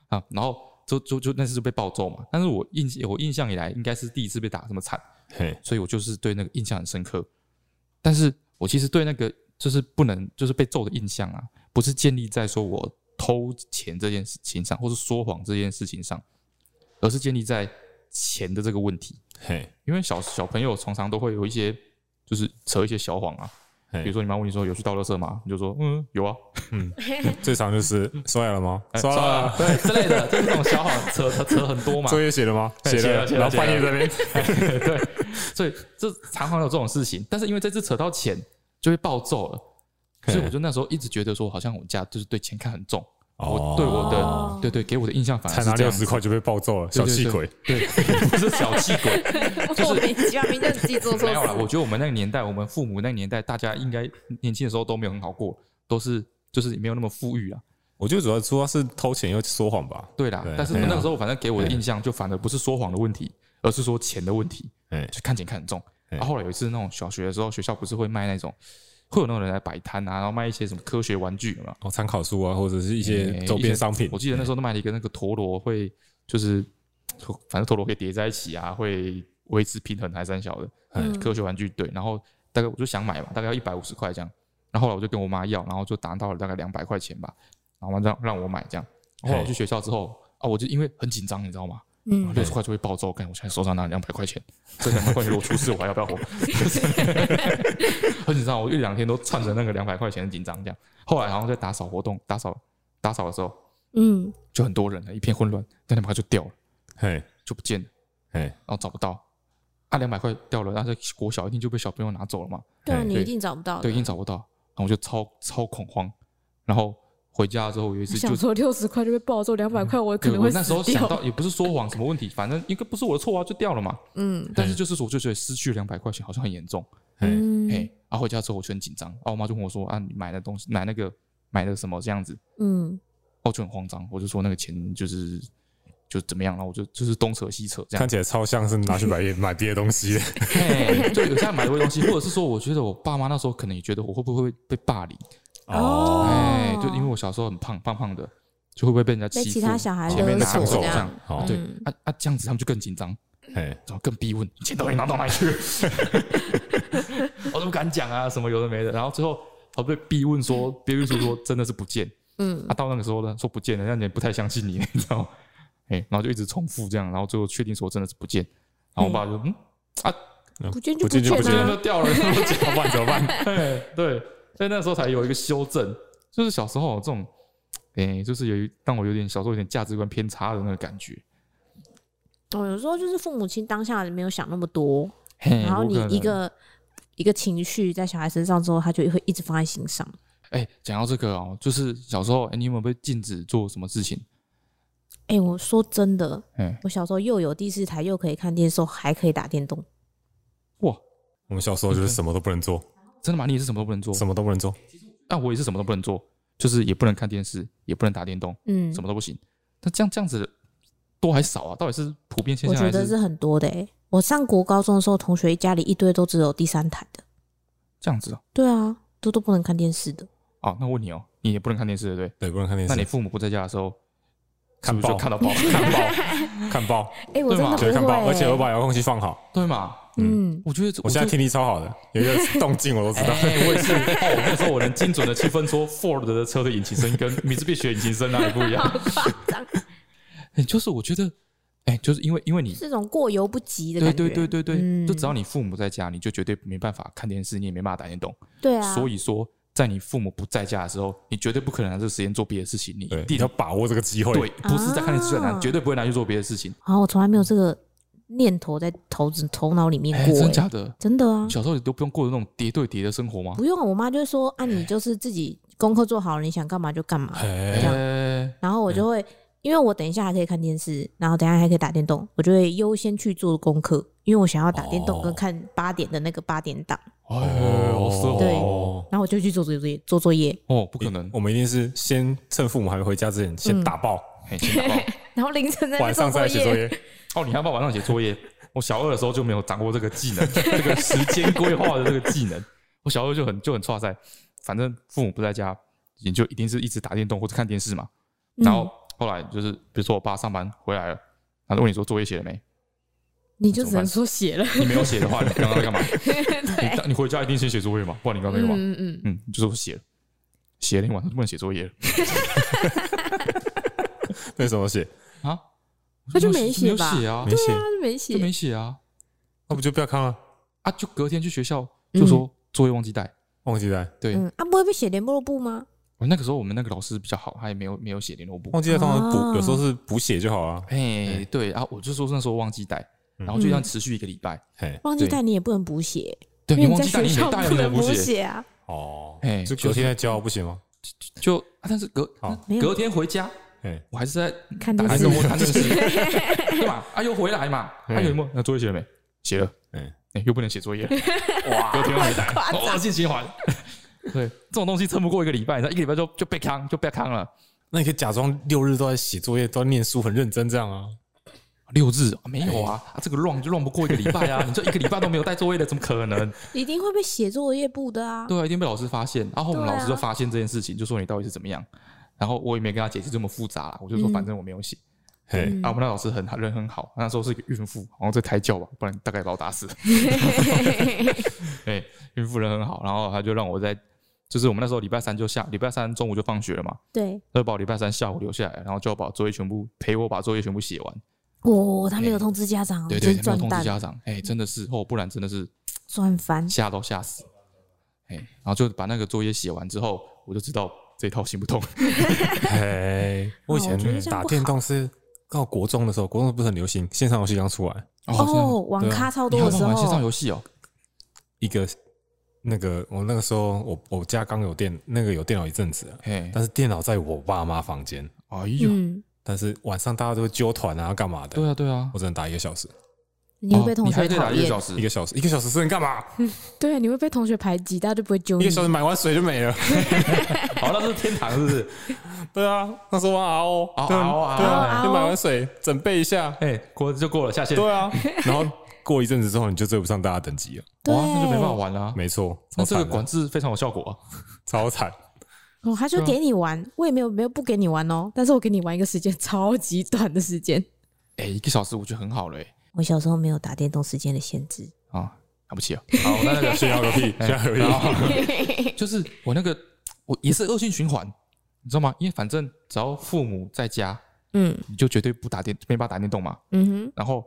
啊。然后就就就那次就被暴揍嘛，但是我印我印象以来应该是第一次被打这么惨，嘿，所以我就是对那个印象很深刻。但是我其实对那个就是不能就是被揍的印象啊，不是建立在说我偷钱这件事情上，或是说谎这件事情上，而是建立在钱的这个问题。嘿，因为小小朋友常常都会有一些就是扯一些小谎啊，嘿比如说你妈问你说有去倒垃圾吗？你就说嗯有啊，最常就是刷牙了吗？哎嗯刷算了。对之类 的，就是这种小谎扯扯扯很 多嘛。作业写了吗？哎写写了了，写了然后半夜写这 边，对，所以这常常有这种事情，但是因为这次扯到钱，就会暴揍了。所以我就那时候一直觉得说，好像我家就是对钱看很重，哦我对我哦的对对给我的印象反而才是拿这六样十子，块就被暴揍了，小气鬼。对，对不是小气鬼，就是莫名其妙，明明就是自己做错没有啊啦。我事。觉得我们那个年代，我们父母那个年代，大家应该年轻的时候都没有很好过，都是就是没有那么富裕啊。我觉得主要主要是偷钱又说谎吧。对啦对，但是对啊那个时候反正给我的印象就反而不是说谎的问题，而是说钱的问题。哎，就看钱看很重。嗯然后后来有一次那种小学的时候，学校不是会卖那种，会有那种人来摆摊啊，然后卖一些什么科学玩具嘛，哦，参考书啊，或者是一些诶周边商品我。记得那时候都卖了一个那个陀螺，会就是反正陀螺可以叠在一起啊，会维持平衡还是三小的、哎嗯科学玩具对。然后大概我就想买嘛，大概要一百五十块这样。然后后来我就跟我妈要，然后就达到了大概两百块钱吧，然后让让我买这样。后来我去学校之后啊，我就因为很紧张，你知道吗？嗯，六十块就会暴揍，看我现在手上拿两百块钱，这两百块钱我出事我还要不要活？ 很紧张，我一两天都串着那个两百块钱很紧张这样。后来好像在打扫活动，打扫打扫的时候，嗯，就很多人了，一片混乱，但两百块就掉了，嘿，就不见了，嘿，然后找不到。啊，两百块掉了，那这国小一定就被小朋友拿走了嘛？对啊，哎你对一定找不到的。对，一定找不到。然后我就超超恐慌，然后回家之后有一次就想说六十块就被抱走，两百块我可对能我会那时候死想掉到也不是说谎什么问题，反正应该不是我的错啊，就掉了嘛。嗯但是就是我就觉得失去两百块钱好像很严重，嘿，哎、嗯然后回家之后我就很紧张，然后我妈就跟我说啊，你买的东西买那个买的什么这样子，嗯，然后我就很慌张，我就说那个钱就是就怎么样，然后我就就是东扯西扯这样看，起来超像是拿去买 别买别的东西的。嘿 就有在买的东西，或者是说我觉得我爸妈那时候可能也觉得我会不会被霸凌，哦哎、就因为我小时候很胖胖胖的，就会不会被人家被欺负，其他小孩前面勒拿索手这这样样，好啊对嗯啊啊这样子他们就更紧张。 嘿，然后更逼问 钱到底拿到哪里去了，我都不敢讲啊，什么有的没的。然后最后他被逼问说，逼问说说真的是不见。嗯啊，到那个时候呢，说不见了，人家也不太相信你， 你知道吗？哎、然后就一直重复这样，然后最后确定说真的是不见。然后我爸就嗯，不见就不见就不 不不见见啊了，掉了，然后就怎么办？怎么办？哎 对，所以那时候才有一个修正，就是小时候有这种，哎、就是有一让我有点小时候有点价值观偏差的那个感觉。哦，有时候就是父母亲当下没有想那么多，嘿然后我你嗯可能一个一个情绪在小孩身上之后，他就会一直放在心上。哎、讲到这个哦，就是小时候，哎、你有没有被禁止做什么事情？哎、我说真的，哎、我小时候又有第四台，又可以看电视，还可以打电动。哇，我们小时候就是什么都不能做，真的吗？你也是什么都不能做？什么都不能做。那、我也是什么都不能做，就是也不能看电视，也不能打电动，嗯什，么都不行。那这样这样子多还少啊？到底是普遍现我象觉还得是很多的、欸。我上国高中的时候，同学家里一堆都只有第三台的。这样子啊？对啊，都都不能看电视的。哦，那我问你哦，你也不能看电视，对不对？对，不能看电那你视，父母不在家的时候，看是不是就报看到 爆，看报，看报，哎、我对真嘛的绝对看不会、报，欸。而且我把遥控器放好。 对嘛？嗯，我觉得这我现在就听力超好的，有一个动静我都知 哎道。我也是。哦，那时候我能精准的区分出 Ford 的车的引擎声跟 Mitsubishi 的引擎声哪里不 一样。嗯哎，就是我觉得，哎，就是因为因为你是种过犹不及的对感觉。对对对对，嗯就只要你父母在家，你就绝对没办法看电视，你也没办法打电动。对啊，所以说，在你父母不在家的时候，你绝对不可能拿这个时间做别的事情，你对一，你定要把握这个机会。对，不是在看电视拿，啊绝对不会拿去做别的事情。啊，我从来没有这个念头在头子头脑里面哎，过、欸真假的？真的啊你，小时候你都不用过那种叠对叠的生活吗？不用啊，我妈就会说啊，你就是自己功课做好了，你想干嘛就干嘛。哎，哎，然后我就会，因为我等一下还可以看电视，然后等一下还可以打电动，我就会优先去做功课，因为我想要打电动哦跟看八点的那个八点档，哎，好奢华对哦！然后我就去做作业，做作业，哦，不可能，我们一定是先趁父母还没回家之前，先打爆，哎先打包然后凌晨在那边晚做上作再写作业。业。 哦，你还要晚上写作业？ 我小二的时候就没有掌握这个技能， 这个时间规划的这个技能。我小二就很就很差在，反正父母不在家，你就一定是一直打电动或者看电视嘛。然后嗯、后来就是，比如说我爸上班回来了，他就问你说作业写了没？你就只能说写了，你没有写的 话，你刚刚 在干嘛？对，你你回家一定先写作业嘛，不然你刚刚在干嘛？嗯嗯，嗯，你就说我写了，写了一晚上就不能写作业了为什么写？啊？那就我没写吧没有写啊没，写，哦他没就写，没写啊那不就不要看了？啊！就隔天去学校就说作业忘记带。忘记带，对，嗯，啊，不会被写联络簿吗？我哦那个时候我们那个老师比较好，他也没有没有写联络簿。忘记带通常哦补，有时候是补写就好了。哎，对啊，我就说那时候忘记带，嗯然后就这样持续一个礼拜。嘿，忘记对带你也不能补写，对嗯因你为忘在记带，学你校没带，不你怎能么补不写？写啊。哦，哎就就隔是天再教不行吗？就啊，但是 隔好没有隔天回家，哎，我还是在看打电电视动，或看电视， 对吧？啊，又回来嘛， 啊，嗯有没有？那作业写了没？写了，嗯嗯，哎，又不能写作业， 哇，隔天哦又没带，夸张哇，恶性 循环。对，这种东西撑不过一个礼拜，你知道一个礼拜就就被坑，就被坑了。那你可以假装六日都在写作业，都在念书，很认真这样啊。六日、啊、没有啊，哎啊，这个乱就乱不过一个礼拜啊，你这一个礼拜都没有带作业的，怎么可能？一定会被写作业簿的啊。对啊，一定被老师发现。然后我们对啊老师就发现这件事情，就说你到底是怎么样。然后我也没跟他解释这么复杂啦，我就说嗯反正我没有写。嘿，啊，我们那老师很人很好，那时候是一个孕妇，好像在胎教吧，不然大概把我打 死。对，孕妇人很好，然后他就让我在，就是我们那时候礼拜三就下，礼拜三中午就放学了嘛， 对，他就把我礼拜三下午留下来，然后就要把作业全部陪我把作业全部写完。哦，他没有通知家长，对真对，是没有赚通知蛋家长，哎、真的是哦，不然真的是赚翻。吓都吓死。哎、然后就把那个作业写完之后，我就知道这一套行不通。 哎，哦我我以觉得前这样打不电好动是到国中的时候，国中不是很流行线上游戏刚出来，哦，网对啊咖超你多还的会时玩线上候，游戏哦？一个那个我那个时候我我家刚有电那个有电脑一阵子了，嘿，但是电脑在我爸妈房间，哎呦，嗯，但是晚上大家都会揪团啊干嘛的，对啊，对啊我，只能打一个小时，你会哦被同你还学可以打讨一个厌小，时一，个小时一个小时是能干嘛？对，你会被同学排挤，大家就不会揪你一个。小时买完水就没了。好，那是天堂是不是？对啊，那时候玩 RO，哦对 RO 啊对啊， RO 就买完水准备一下，哎，过就过了，下线。对啊， 然后过一阵子之后你就追不上大家等级了，对，哇，那就没办法玩了啊。没错，那超这个惨的，管制非常有效果啊。超惨，哦，他就对啊给你玩，我也没有没有不给你玩哦，但是我给你玩一个时间超级短的时间。哎，一个小时我觉得很好了，哎，我小时候没有打电动时间的限制，啊，了不 起啊。好，那那个炫耀个屁，炫耀个屁。就是我那个，我也是恶性循环，你知道吗？因为反正只要父母在家，嗯你就绝对不打电，没办法打电动嘛。嗯然后，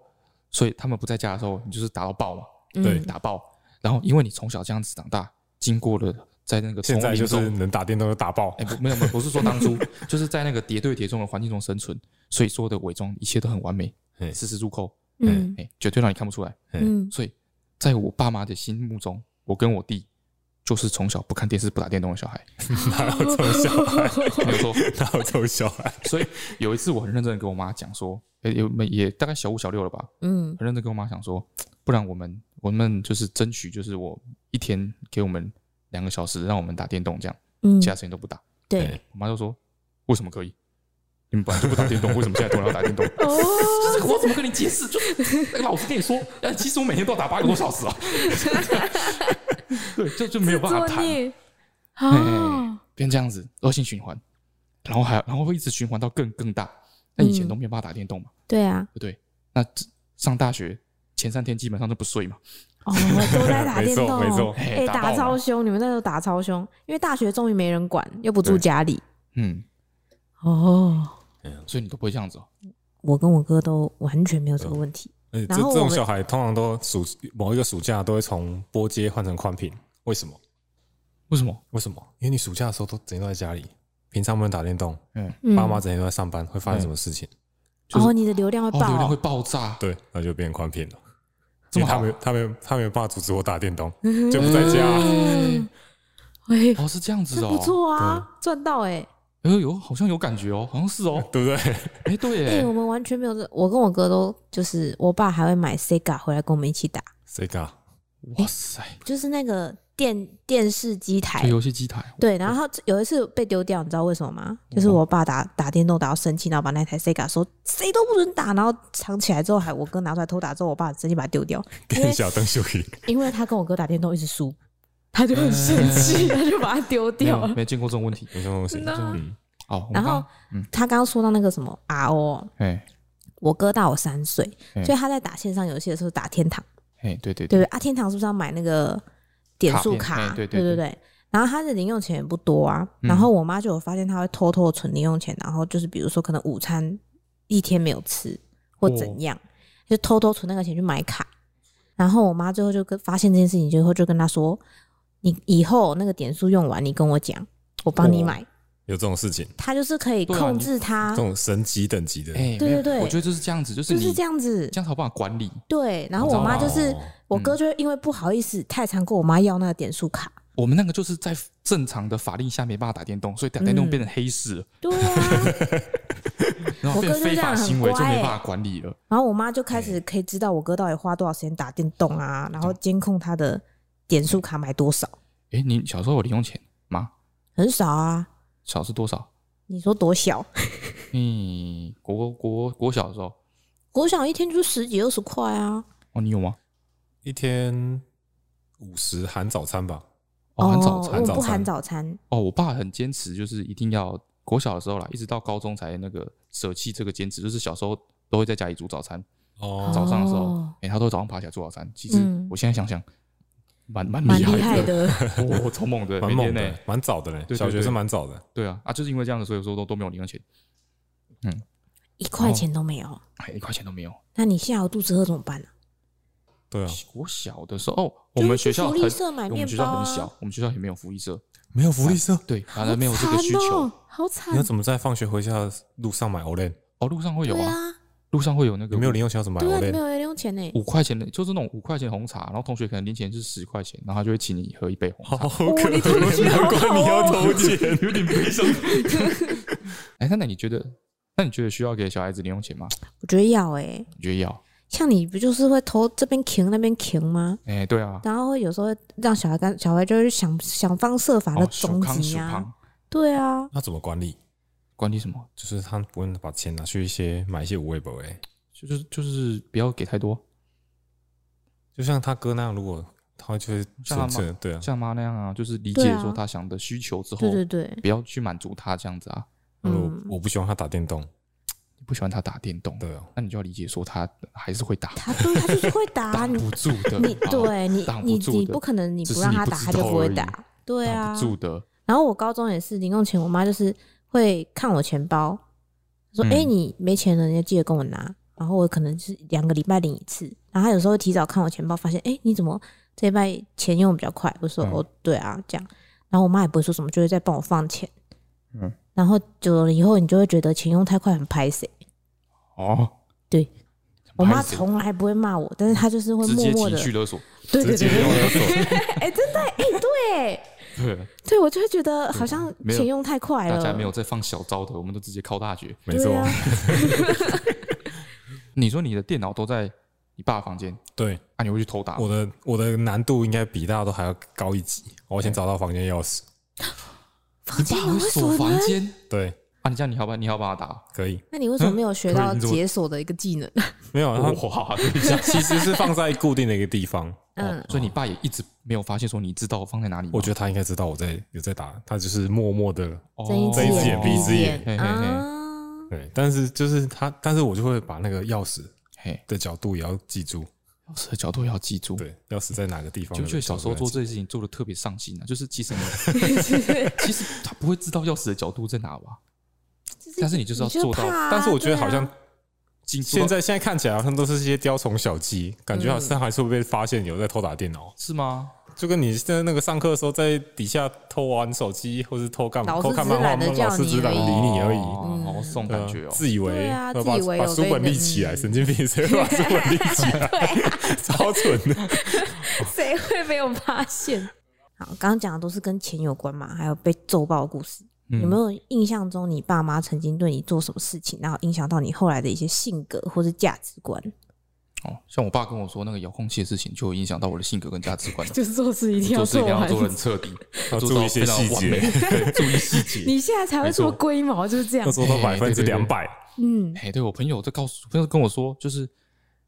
所以他们不在家的时候，你就是打到爆嘛，哼，对嗯打爆。然后，因为你从小这样子长大，经过了在那个丛 现在林就中，是能打电动就打爆哎、，不，没有，没有，不是说当初，就是在那个叠对叠中的环境中生存，所以所有的伪装一切都很完美，哎丝丝入扣，嗯哎、绝对让你看不出来。嗯，所以，在我爸妈的心目中，我跟我弟就是从小不看电视、不打电动的小孩，哪有这种小孩？ 没有错。哪有这种小孩？所以有一次我很认真的跟我妈讲说，也也也大概小五小六了吧，嗯很认真跟我妈讲说，不然我们我们就是争取就是我一天给我们两个小时，让我们打电动这样，嗯其他时间都不打。对，我妈就说，为什么可以？你们本来就不打电动，为什么现在突然要打电动？ 哦，这 个我怎么跟你解释？就是那个老师跟你说， 哎，其实我每天都要打八个多小 时啊。对，就就没有办法作谈，孽哎啊，变这样子恶性循环，然后还然后会一直循环到更更大。那以嗯前都没有办法打电动嘛，对啊，对不对？那这上大学前三天基本上都不睡嘛，哦，都在打 没电错没动错，哎哎，打爆打嘛超凶，你们那时候打超凶，因为大学终于没人管，又不住对家里，嗯，哦。所以你都不会这样子哦。我跟我哥都完全没有这个问题。而哎且这然后我这种们小孩通常都暑某一个暑假都会从波接换成宽屏，为什么？为什么？为什么？因为你暑假的时候都整天都在家里，平常不能打电动，嗯，嗯，爸妈整天都在上班，会发生什么事情？然后你的流量会哦，流量爆会，爆炸，对，那就变宽屏了。这因么为他好没有，他没有，他没有办法阻止我打电动， 就不在家。嗯喂，哦，是这样子这哦，不错啊，赚到哎！哎呦，有好像有感觉哦，好像是哦，对 不对？哎，对哎，我耶，们完全没有这，我跟我哥都就是，我爸还会买 Sega 回来跟我们一起打，谁敢？啊哇塞，就是那个电电视机台这。游戏机台，哦对，然后他有一次被丢掉，你知道为什么吗？就是我爸打打电动打到生气，然后把那台 Sega 说谁都不准打，然后藏起来之后还我哥拿出来偷打之后，我爸很生气把它丢掉，因跟为小邓秀仪，因为他跟我哥打电动一直输，他就很生气，他就把它丢没掉有了。没见过这种问题。没什么东西真。的啊嗯，哦，我然们后刚，他刚刚说到那个什么 RO，哎我哥大我三岁，嗯所以他在打线上游戏的时候打天堂，哎，对对对不对？啊，天堂是不是要买那个点数卡片卡？哎对对对对对。然后他的零用钱也不多啊，嗯然后我妈就有发现他会偷偷存零用钱，然后就是比如说可能午餐一天没有吃或哦怎样，就偷偷存那个钱去买卡。然后我妈最后就跟发现这件事情之后，就跟他说：“你以后那个点数用完，你跟我讲，我帮你哦买。有这种事情，他就是可以对啊控你制他，这种神级等级的，哎，对没对有对我觉得就是这样子，就是就你是这样子。这样才有办法管理。对，然后你知我道妈吗就是哦嗯我哥，就因为不好意思太常跟我妈要那个点数 卡。我们那个就是在正常的法令下没办法打电动，所以嗯打电动变成黑市了，对啊，然后变我哥就非这样法很行为就乖没欸办法管理了。然后我妈就开始可以知道我哥到底花多少时间打电动啊，然后监控他的点数卡买多少，哎，你小时候有零用钱吗？很少啊。小是多少？你说多小？ 嗯，国国国小的时候，国小一天就是十几二十块啊。哦，你有吗？一天五十含早餐吧，哦，很早我餐早不含餐早餐。哦，我爸很坚持，就是一定要国小的时候啦，一直到高中才那个舍弃这个坚持，就是小时候都会在家里煮早餐，哦早上的时候哦，哎，他都早上爬起来煮早餐。其实嗯我现在想想，蛮蛮蛮厉厉害害的，的， 我超猛的，蛮每天猛呢，的，蛮早的嘞，对对小学对生蛮早的，对啊，啊，就是因为这样子，所以说都都没有零用钱，一块钱都没有。哎，一块钱都没有。哦那你下午肚子饿怎么办呢？对啊，我小的时候，哦，我们学校福很利，社买我面们学包校啊很小，我们学校也没有福利社，没有福利社，对，反正没有这个需好求惨。哦，好你要惨。怎么在放学回家的路上买 Olay？哦，路上会有对啊，啊，路上会有那你个没有零用钱要怎么买对啊，你没 Olay？有零用钱呢。五块钱的，就是那种五块钱红茶，然后同学可能零钱是十块钱，然后他就会请你喝一杯红茶。好可哦你同学难好好怪哦你要投钱。有点悲伤。哎，那那你觉得，那你觉得需要给小孩子零用钱吗？我觉得要哎，你觉得要？像你不就是会投这边停那边停吗？哎，对啊，然后会有时候会让小孩干，小孩就会想想方设法的哦，数种康子数呀。康，啊哦对啊， 那怎么管理？管理什么？就是他不用把钱拿去一些买一些无谓不哎，就是就是不要给太多，就像他哥那样，如果他就是像他纯妈粹对啊，像妈那样啊，就是理对解啊说他想的需求之后对，对对，不要去满足他这样子啊。那如果嗯我不喜欢他打电动，你不喜欢他打电动，对啊，那你就要理解说他还是会打，他对他就是会打挡啊你，不住的。你好对你挡不你住你的不可能你只不是让你他不打，知他就道不会而已打。对挡啊不，住的。然后我高中也是零用钱，我妈就是会看我钱包，说：“嗯哎、你没钱了，你要记得跟我拿。”然后我可能是两个礼拜领一次，然后她有时候会提早看我钱包，发现：“哎、你怎么这礼拜钱用的比较快？”我说：“嗯哦，对啊，这样。”然后我妈也不会说什么，就会再帮我放钱。嗯，然后久了以后，你就会觉得钱用太快很拍谁。哦，对，我妈拍谁从来不会骂我，但是她就是会直默接默情的，绪勒索，对对对直接用对，勒索。哎、真的哎、对 对，对，我就会觉得好像啊没有钱用太快了，大家没有在放小招的，我们都直接靠大绝。没对错啊，你说你的电脑都在你爸房间，对，啊，你会去偷打？我的我的难度应该比大家都还要高一级。我先找到房间钥匙，房你间爸门会会锁锁房门，间对，啊？你这样你好吧，你好帮他打。哦可以。那你为什么没有学到嗯可以你怎么解锁的一个技能？没有，啊他哇，等一下 其实是放在固定的一个地方。嗯，所以你爸也一直没有发现说你知道放在哪里吗？我觉得他应该知道我在有在打，他就是默默的哦睁一睁一只眼闭一只眼眼嘿嘿嘿啊！对，但是就是他，但是我就会把那个钥匙嘿，的角度也要记住，钥匙的角度也要记住。对，钥匙在哪个地方就觉的角度在得记住。小时候做这件事情做的特别上心啊，就是其 实你其实他不会知道钥匙的角度在哪吧？但是你就是要做到你就怕啊但是我觉得好像对啊进现在现在看起来好像都是一些雕虫小技，感嗯觉好像还是会被发现有在偷打电脑，是吗？就跟你在那个上课的时候在底下偷玩手机或是偷干嘛老师偷看漫画，只是懒得老师只是懒得理你而已。哦好送对啊感觉哦。自以为对啊把自以为把有书本被立起来，嗯神经病，谁会把书本立起来？超蠢的。谁会没有发现？ 好，刚刚讲的都是跟钱有关嘛，还有被揍爆的故事。嗯有没有印象中你爸妈曾经对你做什么事情，然后影响到你后来的一些性格或是价值观？哦，像我爸跟我说那个遥控器的事情，就有影响到我的性格跟价值 观了。就是做事一定做事一定要做的很彻底，要做注意到一些非常细完节美对，注意细节。现在才会做没错龟毛，就是这样那时候都百分之两百，嗯，哎，对我朋友在告诉，朋友跟我说，就是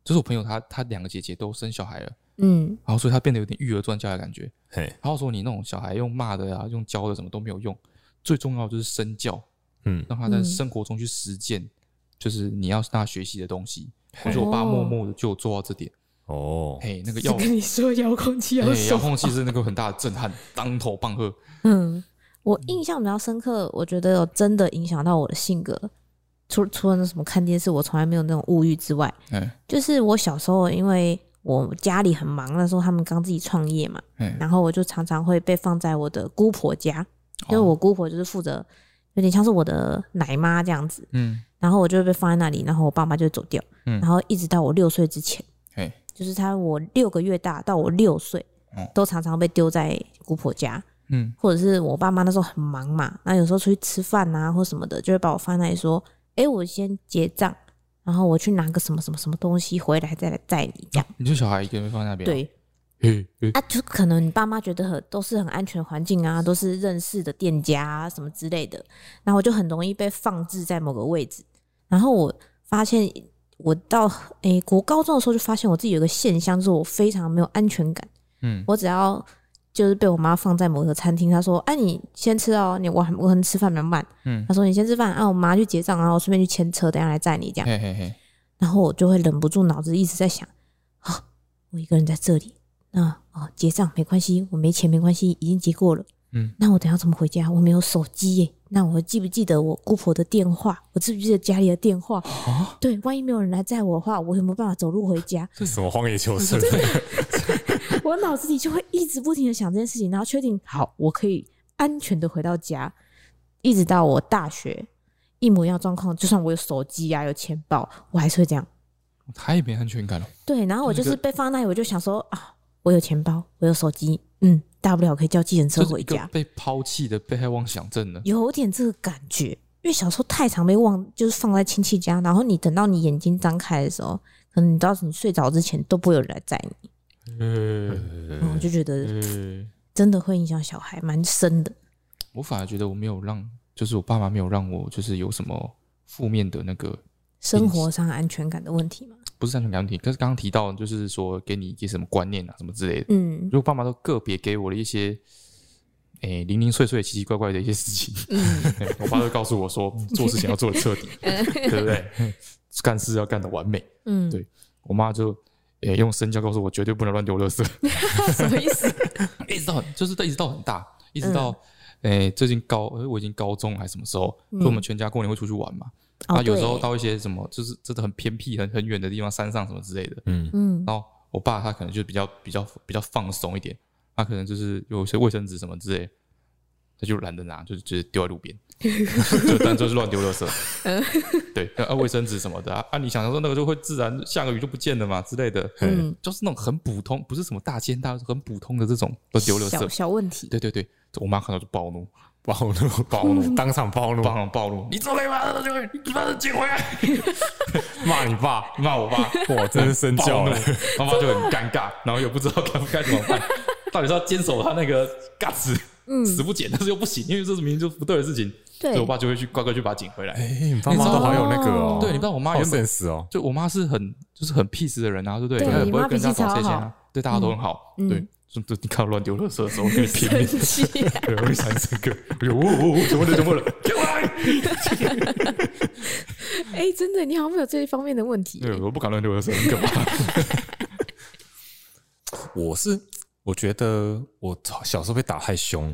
就是我朋友他他两个姐姐都生小孩了，嗯，然后所以他变得有点育儿专家的感觉。嘿，然后说你那种小孩用骂的啊，用教的什么都没有用，最重要的就是身教，嗯，让他在嗯生活中去实践，就是你要让他学习的东西。我嘿哦觉得我爸默默的就有做到这点，哦，嘿，那个要你说遥控器哎遥控器是那个很大的震撼，当头棒喝。嗯，我印象比较深刻，我觉得有真的影响到我的性格。除除了那什么看电视，我从来没有那种物欲之外，哎就是我小时候，因为我家里很忙，那时候他们刚自己创业嘛，哎，然后我就常常会被放在我的姑婆家，因为哦我姑婆就是负责，有点像是我的奶妈这样子，嗯然后我就会被放在那里，然后我爸妈就会走掉，嗯然后一直到我六岁之前，哎就是他我六个月大到我六岁哦，都常常被丢在姑婆家，嗯或者是我爸妈那时候很忙嘛，那有时候出去吃饭啊或什么的，就会把我放在那里说：“哎、我先结账，然后我去拿个什么什么什么东西回来再来载你。”这样你就小孩一个人放在那边，啊对嘿，嘿啊，就可能你爸妈觉得很都是很安全的环境啊，都是认识的店家啊什么之类的，然后我就很容易被放置在某个位置。然后我发现我到诶、国高中的时候就发现我自己有一个现象，就是我非常没有安全感。嗯我只要就是被我妈放在某个餐厅，她说：“哎、你先吃哦，你我很我很吃饭比较慢。”嗯她说：“你先吃饭，啊，我妈去结账，然后我顺便去牵车，等一下来载你这样。嘿嘿嘿，”然后我就会忍不住脑子一直在想：啊、我一个人在这里，那哦结账没关系，我没钱没关系，已经结过了。嗯，那我等一下怎么回家？我没有手机耶，那我记不记得我姑婆的电话？我记不记得家里的电话？啊，对，万一没有人来载我的话，我有没有办法走路回家？这是什么荒野求生？我脑子里就会一直不停的想这件事情，然后确定好，我可以安全的回到家，一直到我大学一模一样状况，就算我有手机啊，有钱包，我还是会这样。太没安全感哦了。对，然后我就就是一是个被放在那里，我就想说啊，我有钱包，我有手机，嗯，大不了可以叫计程车就是回一个家，被抛弃的被害妄想症了。有点这个感觉。因为小时候太常被忘，就是放在亲戚家，然后你等到你眼睛张开的时候，可能你到你睡着之前都不会有人来载你，呃然后就觉得呃，真的会影响小孩，蛮深的。我反而觉得我没有让，就是我爸妈没有让我，就是有什么负面的那个，生活上安全感的问题嘛。不是安全感问题。可是刚刚提到，就是说给你一些什么观念啊，什么之类的。嗯如果爸妈都个别给我了一些，诶、零零碎碎、奇奇怪怪的一些事情，嗯对 我爸就告诉 我说，做事情要做的彻底，对不对？干事要干的完美。嗯，对我妈就诶、用身教告诉我，绝对不能乱丢 垃圾，什么意思？一直到很就是一直到很大，一直嗯到诶、最近高，呃我已经高中还是什么时候，所以我们全家过年会出去玩嘛， 啊，哦有时候对到一些什么就是真的很偏僻、很很远的地方，山上什么之类的，嗯，嗯然后我爸他可能就比较比较比较放松一点，他可能就是有一些卫生纸什么之类，他就懒得拿，就直接丢在路边， 就但就是乱丢垃圾。对，那啊卫生纸什么的啊，啊你想说那个就会自然下个雨就不见了嘛之类的，嗯，就是那种很普通，不是什么大奸大恶，很普通的这种都丢垃小圾。小问题，对对对，我妈看到就暴怒，暴怒，暴怒，当场暴怒，当场暴怒，你怎么可以把这啊个你把它捡回来？骂你爸，骂我爸，哇，真是身教暴怒了，，妈妈就很尴尬，然后又不知道该该怎么 办，到底是要坚守他那个尬死，死不捡，但是又不行，因为这是明明就不嗯对的事情，所以对我，爸就会去乖乖去把它捡回 来。哎，你爸妈都好有那个哦，对，你知道我妈好原本 sense 哦，就我妈是很就是很 peace 的人啊，对不对？对她也你不会妈跟大家脾气搞超这些啊好，嗯对大家都很好，对。就就你看我乱丢垃圾的时候，我跟你拼 命，气，对，我就想这个，我就呜呜呜，怎么了怎么了，丢来！ 哎，真的，你好像没有这一方面的问题。对，我不敢乱丢垃圾，你干嘛？我是我觉得我小时候被打太凶，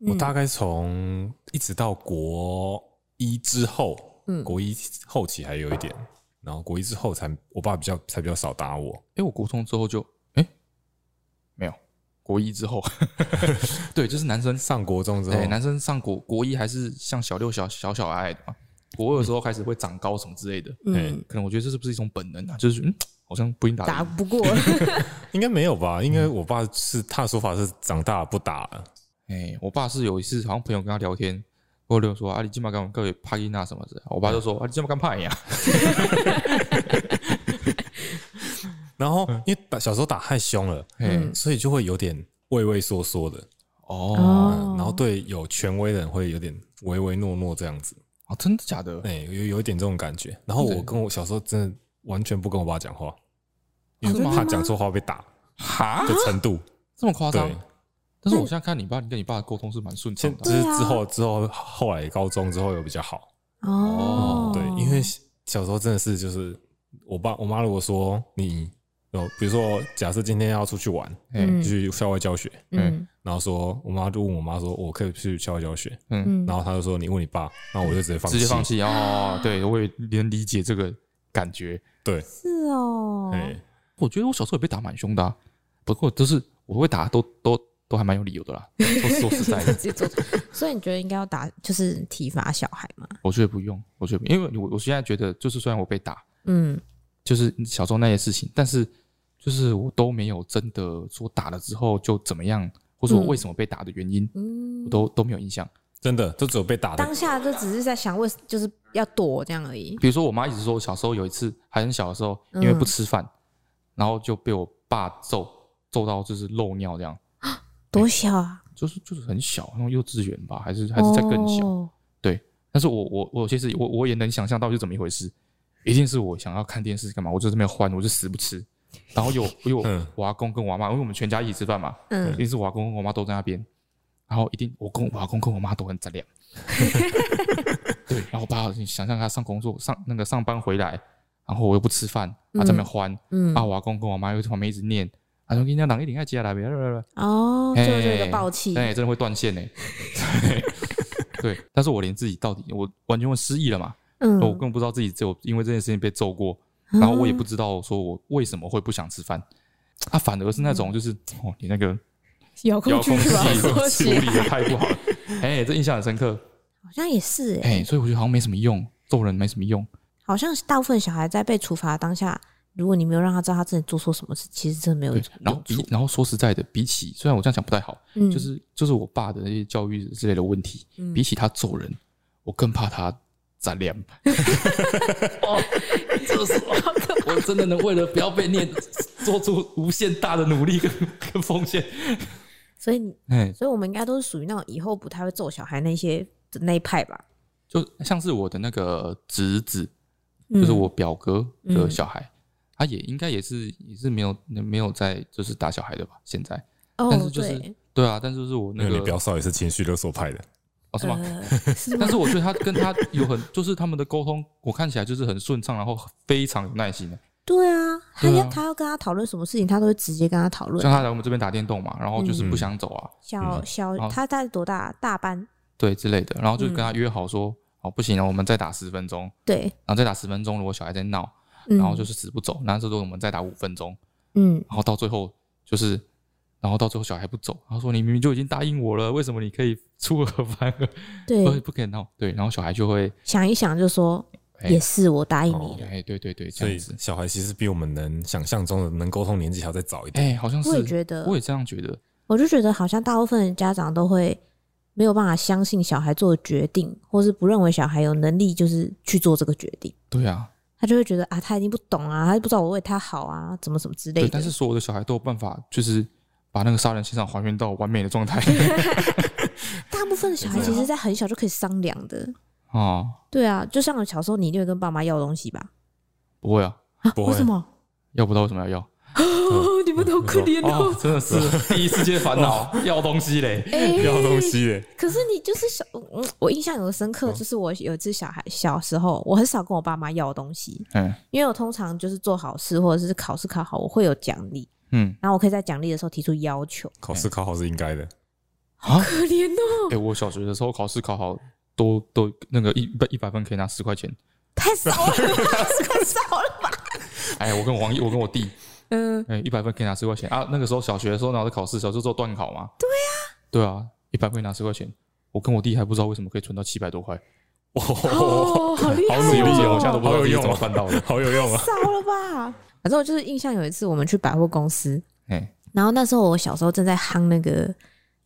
嗯我大概从一直到国一之后，嗯国一后期还有一点，然后国一之后才我爸比较才比较少打我，哎、我国中之后就哎、没有，国一之后， 对，就是男生上国中之后，对，男生上国国一还是像小六小小小矮矮的嘛，国二的时候开始会长高什么之类的，嗯，可能我觉得这是不是一种本能啊？就是嗯，好像不应打打人，不 过，应该没有吧？应该嗯我爸是他的说法是长大不打了，哎、我爸是有一次好像朋友跟他聊天。我就说啊，你今晚干嘛？各位帕伊娜什么的，我爸就说啊，你今晚干嘛呀？然后嗯因为打小时候打太凶了，嘿，嗯所以就会有点畏畏缩缩的，哦，嗯，然后对有权威的人会有点唯唯诺诺这样子，哦，真的假的？哎、有有一点这种感觉。然后对哦我跟我小时候真的完全不跟我爸讲话，因真的吗为怕讲错话被打哈，的程度。这么夸张对？但是我现在看你爸，你跟你爸的沟通是蛮顺畅现的就啊。是之后之后后来高中之后有比较好，哦，对，因为小时候真的是就是我爸我妈如果说你哦，比如说假设今天要出去玩，哎嗯去校外教学，嗯然后说我妈就问我妈说我可以去校外教学，嗯嗯，然后她就说你问你爸，然后我就直接放弃，直接放弃哦。对，我也能理解这个感觉。对，是哦， 哎、我觉得我小时候也被打蛮凶的、啊，不过就是我会打都都都还蛮有理由的啦。说说实在的， 自己做， 所以你觉得应该要打，就是体罚小孩嘛？我觉得不用，我觉得不用因为我我现在觉得，就是虽然我被打，嗯就是小时候那些事情，但是就是我都没有真的说打了之后就怎么样，或者我嗯为什么被打的原因，嗯我，都都没有印象。真的都只有被打的当下就只是在想为，就是要躲这样而已。比如说我妈一直说，我小时候有一次还很小的时候，因嗯为不吃饭，然后就被我爸揍揍到就是漏尿这样，多小啊？就是就是很小，那种幼稚园吧，还是还是在更小。哦但是我我我其实我我也能想象到是怎么一回事，一定是我想要看电视干嘛，我就是没有换，我就死不吃。然后有有嗯我阿公跟我阿妈，因为我们全家一起吃饭嘛，一嗯，定是我阿公跟我妈都在那边，然后一定我跟我阿公跟我妈都很杂 粮。对，然后我爸，你想象他上工作上那个上班回来，然后我又不吃饭，他在那边欢，嗯啊，我阿公跟我妈又在旁边一直念，啊，说跟你讲，人一定要接来，别别别别哦，就有一哎个暴气，但也真的会断线呢。对，但是我连自己到底我完全会失忆了嘛，嗯，我根本不知道自己只有因为这件事情被揍过，然后我也不啊知道说我为什么会不想吃饭，啊，反而是那种就是哦，你那个遥控遥器控器把 它处锁起理来。的太不 好了。哎，这印象很深刻。好像也是、欸，哎，所以我觉得好像没什么用，揍人没什么用。好像是大部分小孩在被处罚的当下，如果你没有让他知道他自己做错什么事，其实真的没有对，然后用比处。然后说实在的，比起虽然我这样讲不太好，嗯，就是就是我爸的那些教育之类的问题，嗯比起他揍人，我更怕他斩脸。哦，就是我 真的能为了不要被念，做出无限大的努力 跟跟奉献。所以你，哎，所以我们应该都是属于那种以后不太会揍小孩那些的那一派吧。就像是我的那个侄子，嗯就是我表哥的小孩，他也应该也是也是没有没有在就是打小孩的吧？现在，但哦是，就是对，对啊，但是就是我那那个个你表嫂也是情绪勒索派的，哦是吗？呃， 是吗但？是我觉得他跟他有很， 就是他们的沟通，我看起来就是很顺畅，然后非常有耐心的。对啊，他要、对啊他要跟他讨论什么事情，他都会直接跟他讨论像。他来我们这边打电动嘛，然后就是嗯不想走啊，小小好他大概多大？大班对之类的，然后就嗯跟他约好说，哦不行了，我们再打十分钟，对，然后再打十分钟，如果小孩在闹，嗯然后就是死不走，然后这时候我们再打五分钟，嗯，然后到最后就是，然后到最后小孩不走，然后说你明明就已经答应我了，为什么你可以出尔反尔？不对， 不可以闹，对，然后小孩就会，想一想就说哎也是我答应你哦了，哎对对对，这所样以子，小孩其实比我们能想象中的能沟通年纪还要再早一点。哎好像是，我也觉得我也这样觉得，我就觉得好像大部分的家长都会没有办法相信小孩做的决定，或是不认为小孩有能力就是去做这个决定，对啊，他就会觉得啊，他已经不懂啊，他不知道我为他好啊，怎么怎么之类对，的。但是所有的小孩都有办法，就是把那个杀人现场还原到完美的 状态大部分的小孩啊其实，在很小就可以商量的。啊，对啊，就像小时候，你一定会跟爸妈要东西吧？不会啊，啊，不 会为什么？要不到为什么要要？哦，你们都可怜哦哦。，真的是哦第一世界烦恼，要东西嘞。哎 要东西 嗯耶，可是你就是小，嗯，我印象有个深刻，就是我有一次小孩小时候，我很少跟我爸妈要东西，嗯因为我通常就是做好事或者是考试考好，我会有奖励，嗯，然后我可以在奖励的时候提出要求。考试考好是应该的。 可怜哦，哎，我小学的时候考试考好，都都那个一百一百分可以拿十块钱。太少了， 太少了吧？哎，我跟王毅，我跟我弟，嗯，哎，一百分可以拿十块钱啊。那个时候小学的时候，然后考试，小时候做段考嘛。对啊，对啊，一百分拿十块钱。我跟我弟还不知道为什么可以存到七百多块，哦，好厉害好努力哦我现在都不知道自己怎么办到的。好有用啊！少了吧？反正我就是印象有一次我们去百货公司，哎，然后那时候我小时候正在夯那个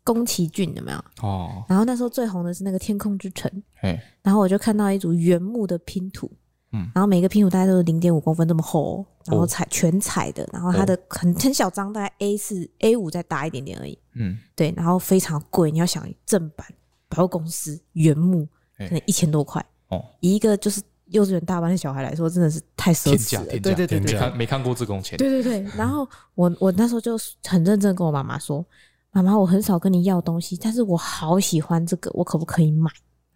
宫崎骏有没有？哦，然后那时候最红的是那个《天空之城》，哎，然后我就看到一组原木的拼图，嗯然后每个拼图大概都是零点五公分这么厚哦，然后哦彩全彩的，然后它的很很小张，大概 A 四 A 五再大一点点而已，嗯，对，然后非常贵，你要想正版百货公司原木哎可能一千多块，哦，以一个就是幼稚园大班的小孩来说，真的是太奢天侈价了，天对价对对天对没价看没看过这种钱，对对对。然后我我那时候就很认真地跟我妈妈说。妈妈，我很少跟你要东西，但是我好喜欢这个，我可不可以买？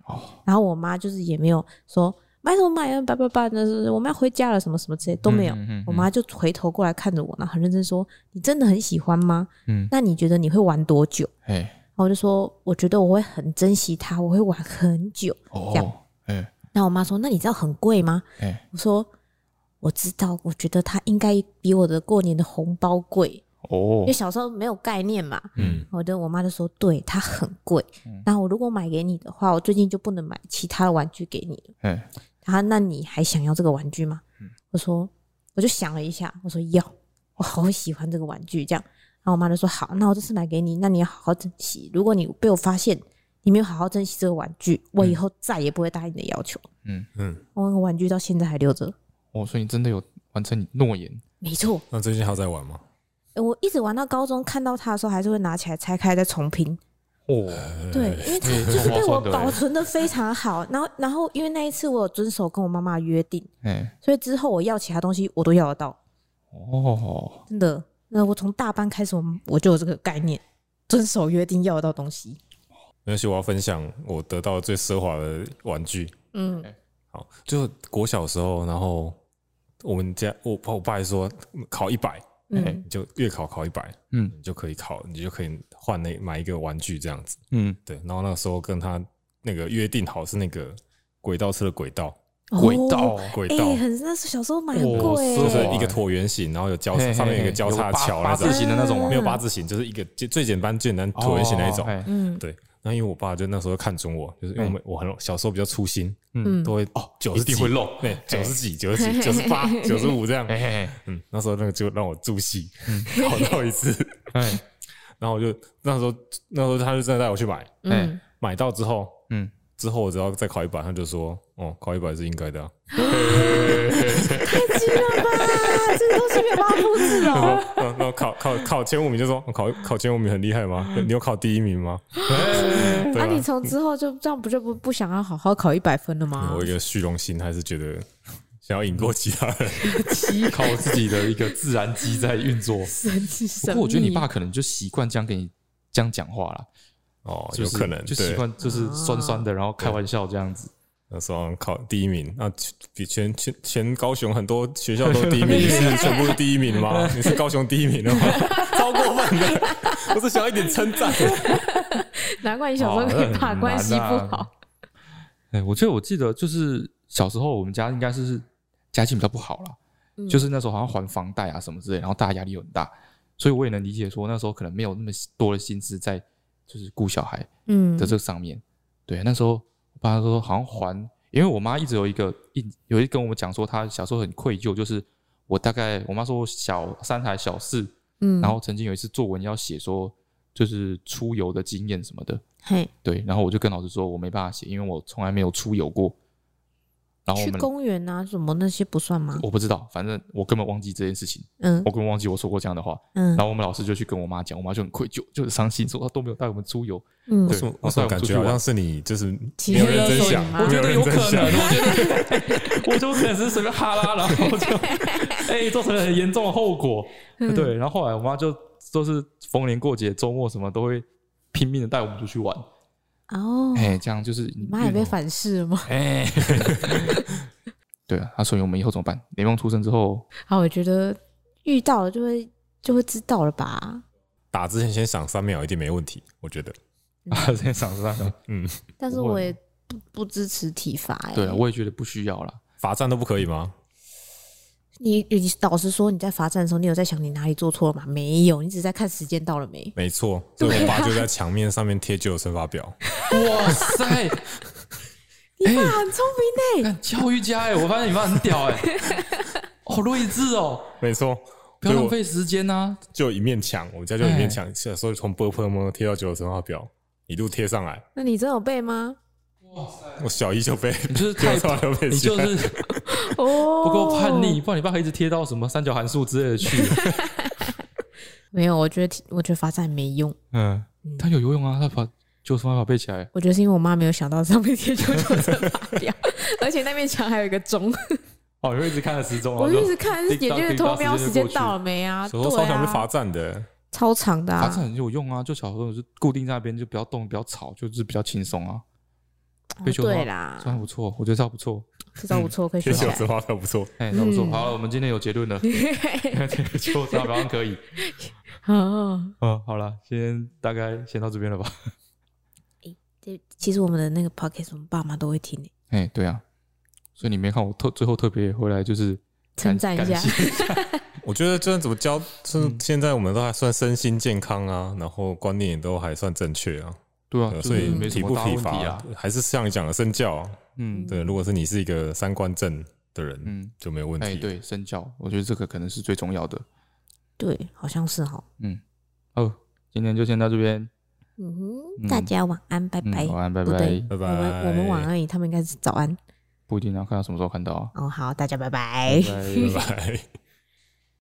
哦，然后我妈就是也没有说买什么买啊，叭叭叭，那是我们要回家了，什么什么之类都没有。嗯嗯嗯我妈就回头过来看着我，然后很认真说：“你真的很喜欢吗？嗯，那你觉得你会玩多久哎，？”然后我就说：“我觉得我会很珍惜它，我会玩很久。这样哦，哎，”然后我妈说：“那你知道很贵吗哎，？”我说：“我知道，我觉得它应该比我的过年的红包贵，哦因为，小时候没有概念嘛。”嗯，我的我妈就说：“对，它很贵嗯。那我如果买给你的话，我最近就不能买其他的玩具给你了。”哎，他那你还想要这个玩具吗？嗯我说，我就想了一下，我说要，我好喜欢这个玩具，这样。然后我妈就说好，那我这次买给你，那你要好好珍惜。如果你被我发现你没有好好珍惜这个玩具，我以后再也不会答应你的要求。嗯嗯，我那个玩具到现在还留着，哦，所以你真的有完成你诺言，没错。那最近还有在玩吗？呃我一直玩到高中，看到它的时候，还是会拿起来拆开再重拼。哦，对，因 为它哎就是被我超划算的保存的非常好。然后，然后因为那一次我有遵守跟我妈妈的约定，哎，所以之后我要其他东西我都要得到。哦，真的，那我从大班开始，我们我就有这个概念，遵守约定要得到东西。没关系，我要分享我得到最奢华的玩具。嗯好，就国小的时候，然后我们家我爸我爸还说考一百，嗯，就月考考一百，嗯你就可以考，你就可以换那买一个玩具这样子。嗯，对，然后那个时候跟他那个约定好是那个轨道车的轨道，轨道哦轨哎、道，很那时候小时候买很哇贵、塞就是欸，一个椭圆形，然后有交嘿嘿叉，嘿上面有一个交叉桥有那八八种字，形的那种吗没有八字形，就是一个最最简单最简单椭圆形那一种。哦嘿嗯对，那因为我爸就那时候看准我，就是因为我们我很小时候比较粗心，嗯都会哦九一十几定会漏对，九十几、九 十几、九十八、九十五这样。嘿嘿嗯嗯，那时候那个就让我助戏， 考到一次，嘿，哎，然后我就那时候那时候他就真的带我去买，嗯，买到之后嗯，之后我只要再考一百，他就说哦考一百是应该的啊、太鸡了吧！这个东西没有办法复制然哦。后嗯然后然后考考考前五名就说哦考考前五名很厉害吗？嗯你有考第一名吗？对啊，啊你从之后就这样不就不不想要好好考一百分了啊吗我？一个虚荣心，还是觉得想要赢过其他 人。靠自己的一个自然机在运作。神奇不神过我觉得你秘爸可能就习惯这样跟你这样讲话啦，哦，就有是可能就习对。惯就是酸酸的，然后开玩笑这样子。那时候考第一名，那比全全全高雄很多学校都第 一名，你是全部第一名吗？你是高雄第一名的吗？超过分的，我是想要一点称赞。难怪你小时候跟你爸关系不哦那很难好啊。哎，我记得我记得就是小时候我们家应该是家境比较不好啦，嗯就是那时候好像还房贷啊什么之类，然后大家压力又很大，所以我也能理解说那时候可能没有那么多的心思在就是顾小孩嗯的这个上面。对，那时候我爸说好像还，因为我妈一直有一个一有一跟我们讲说，她小时候很愧疚，就是我大概我妈说我小三还小四，嗯然后曾经有一次作文要写说就是出游的经验什么的，嘿，对，然后我就跟老师说我没办法写，因为我从来没有出游过。然后我去们公园啊什么那些不算吗？我不知道，反正我根本忘记这件事情，嗯我根本忘记我说过这样的话。嗯然后我们老师就去跟我妈讲，我妈就很愧疚，就很伤心，说她都没有带我们出游。嗯对，为什么然后为什带么我们感出去觉好玩像。是你就是情绪没有认真勒索想你，我吗没觉有得认有真可能，想。我觉得我就可能只是随便哈拉，然后 就哎、造成了很严重的后果。嗯对，然后后来我妈就都是逢年过节、周末什么都会拼命的带我们出去玩。哦，哎、这样就是你妈也被反噬了吗？ 哎。对啊，啊，所以我们以后怎么办？雷梦出生之后，啊，我觉得遇到了就会就会知道了吧。打之前先想三秒一定没问题，我觉得。嗯 啊，在嗓子上，嗯，但是不会啊我也不不支持体罚哎。对啊，我也觉得不需要啦。罚站都不可以吗？你你老实说，你在罚站的时候，你有在想你哪里做错了吗？没有，你只是在看时间到了没。没错，所以我啊爸就在墙面上面贴旧的乘法表。哇塞，你哎爸很聪明呢、看教育家哎、我发现你妈很屌哎、 好睿智哦，没错，不要所以浪我费时间啊呐、就有一面墙，我们家嗯就有一面墙，小时候从 b u r p 么贴到九的乘法表，一路贴上来。那你真有背吗？我小一就被， 你 就是九太乘法表被你写就了，是哦， 不够叛逆，。不然你爸一直贴到什么三角函数之类的去。没有，我觉得体我觉得罚站没用。嗯，他有游泳啊，他把九十方法背起来。我觉得是因为我妈没有想到上面贴九九乘法 表，而且那面墙还有一个钟，哦，你会一直看着时钟，我然后就一说直看，眼叮当睛叮当偷瞄时时间间就过去到了没啊？小时候超想被对罚啊，站的。超长的罚啊站，很有用啊，就小时候就固定在那边，就不要动，不要吵，就是比较轻松啊，哦被修的话对啦这，样不错，我觉得这样不错，这嗯招不错，可以贴学起九来乘。法表不错，哎，这样不错。嗯好了，我们今天有结 论了， 就这样好像可以。哦，嗯，好了，先大概先到这边了吧。 这其实我们的那个 podcast，我们爸妈都会听的，哎，对啊，所以你没看我特最后特别回来就是称赞一下感。 谢我觉得这样怎么教，就是现在我们都还算身心健康啊，然后观念也都还算正确啊，对啊就对，是所以没什体么不大体问题罚啊。还是像你讲的身教啊，嗯对，如果是你是一个三观正的人，嗯，就没有问哎，题。对，身教，我觉得这个可能是最重要的。对，好像是哈。哦，今天就先到这边，嗯嗯哼，大家晚安，拜嗯，拜。晚安，拜哎不拜对。拜我拜们我们晚安而已，他们应该是早安。不一定要看到什么时候看到啊。哦，好，大家拜拜拜拜拜拜。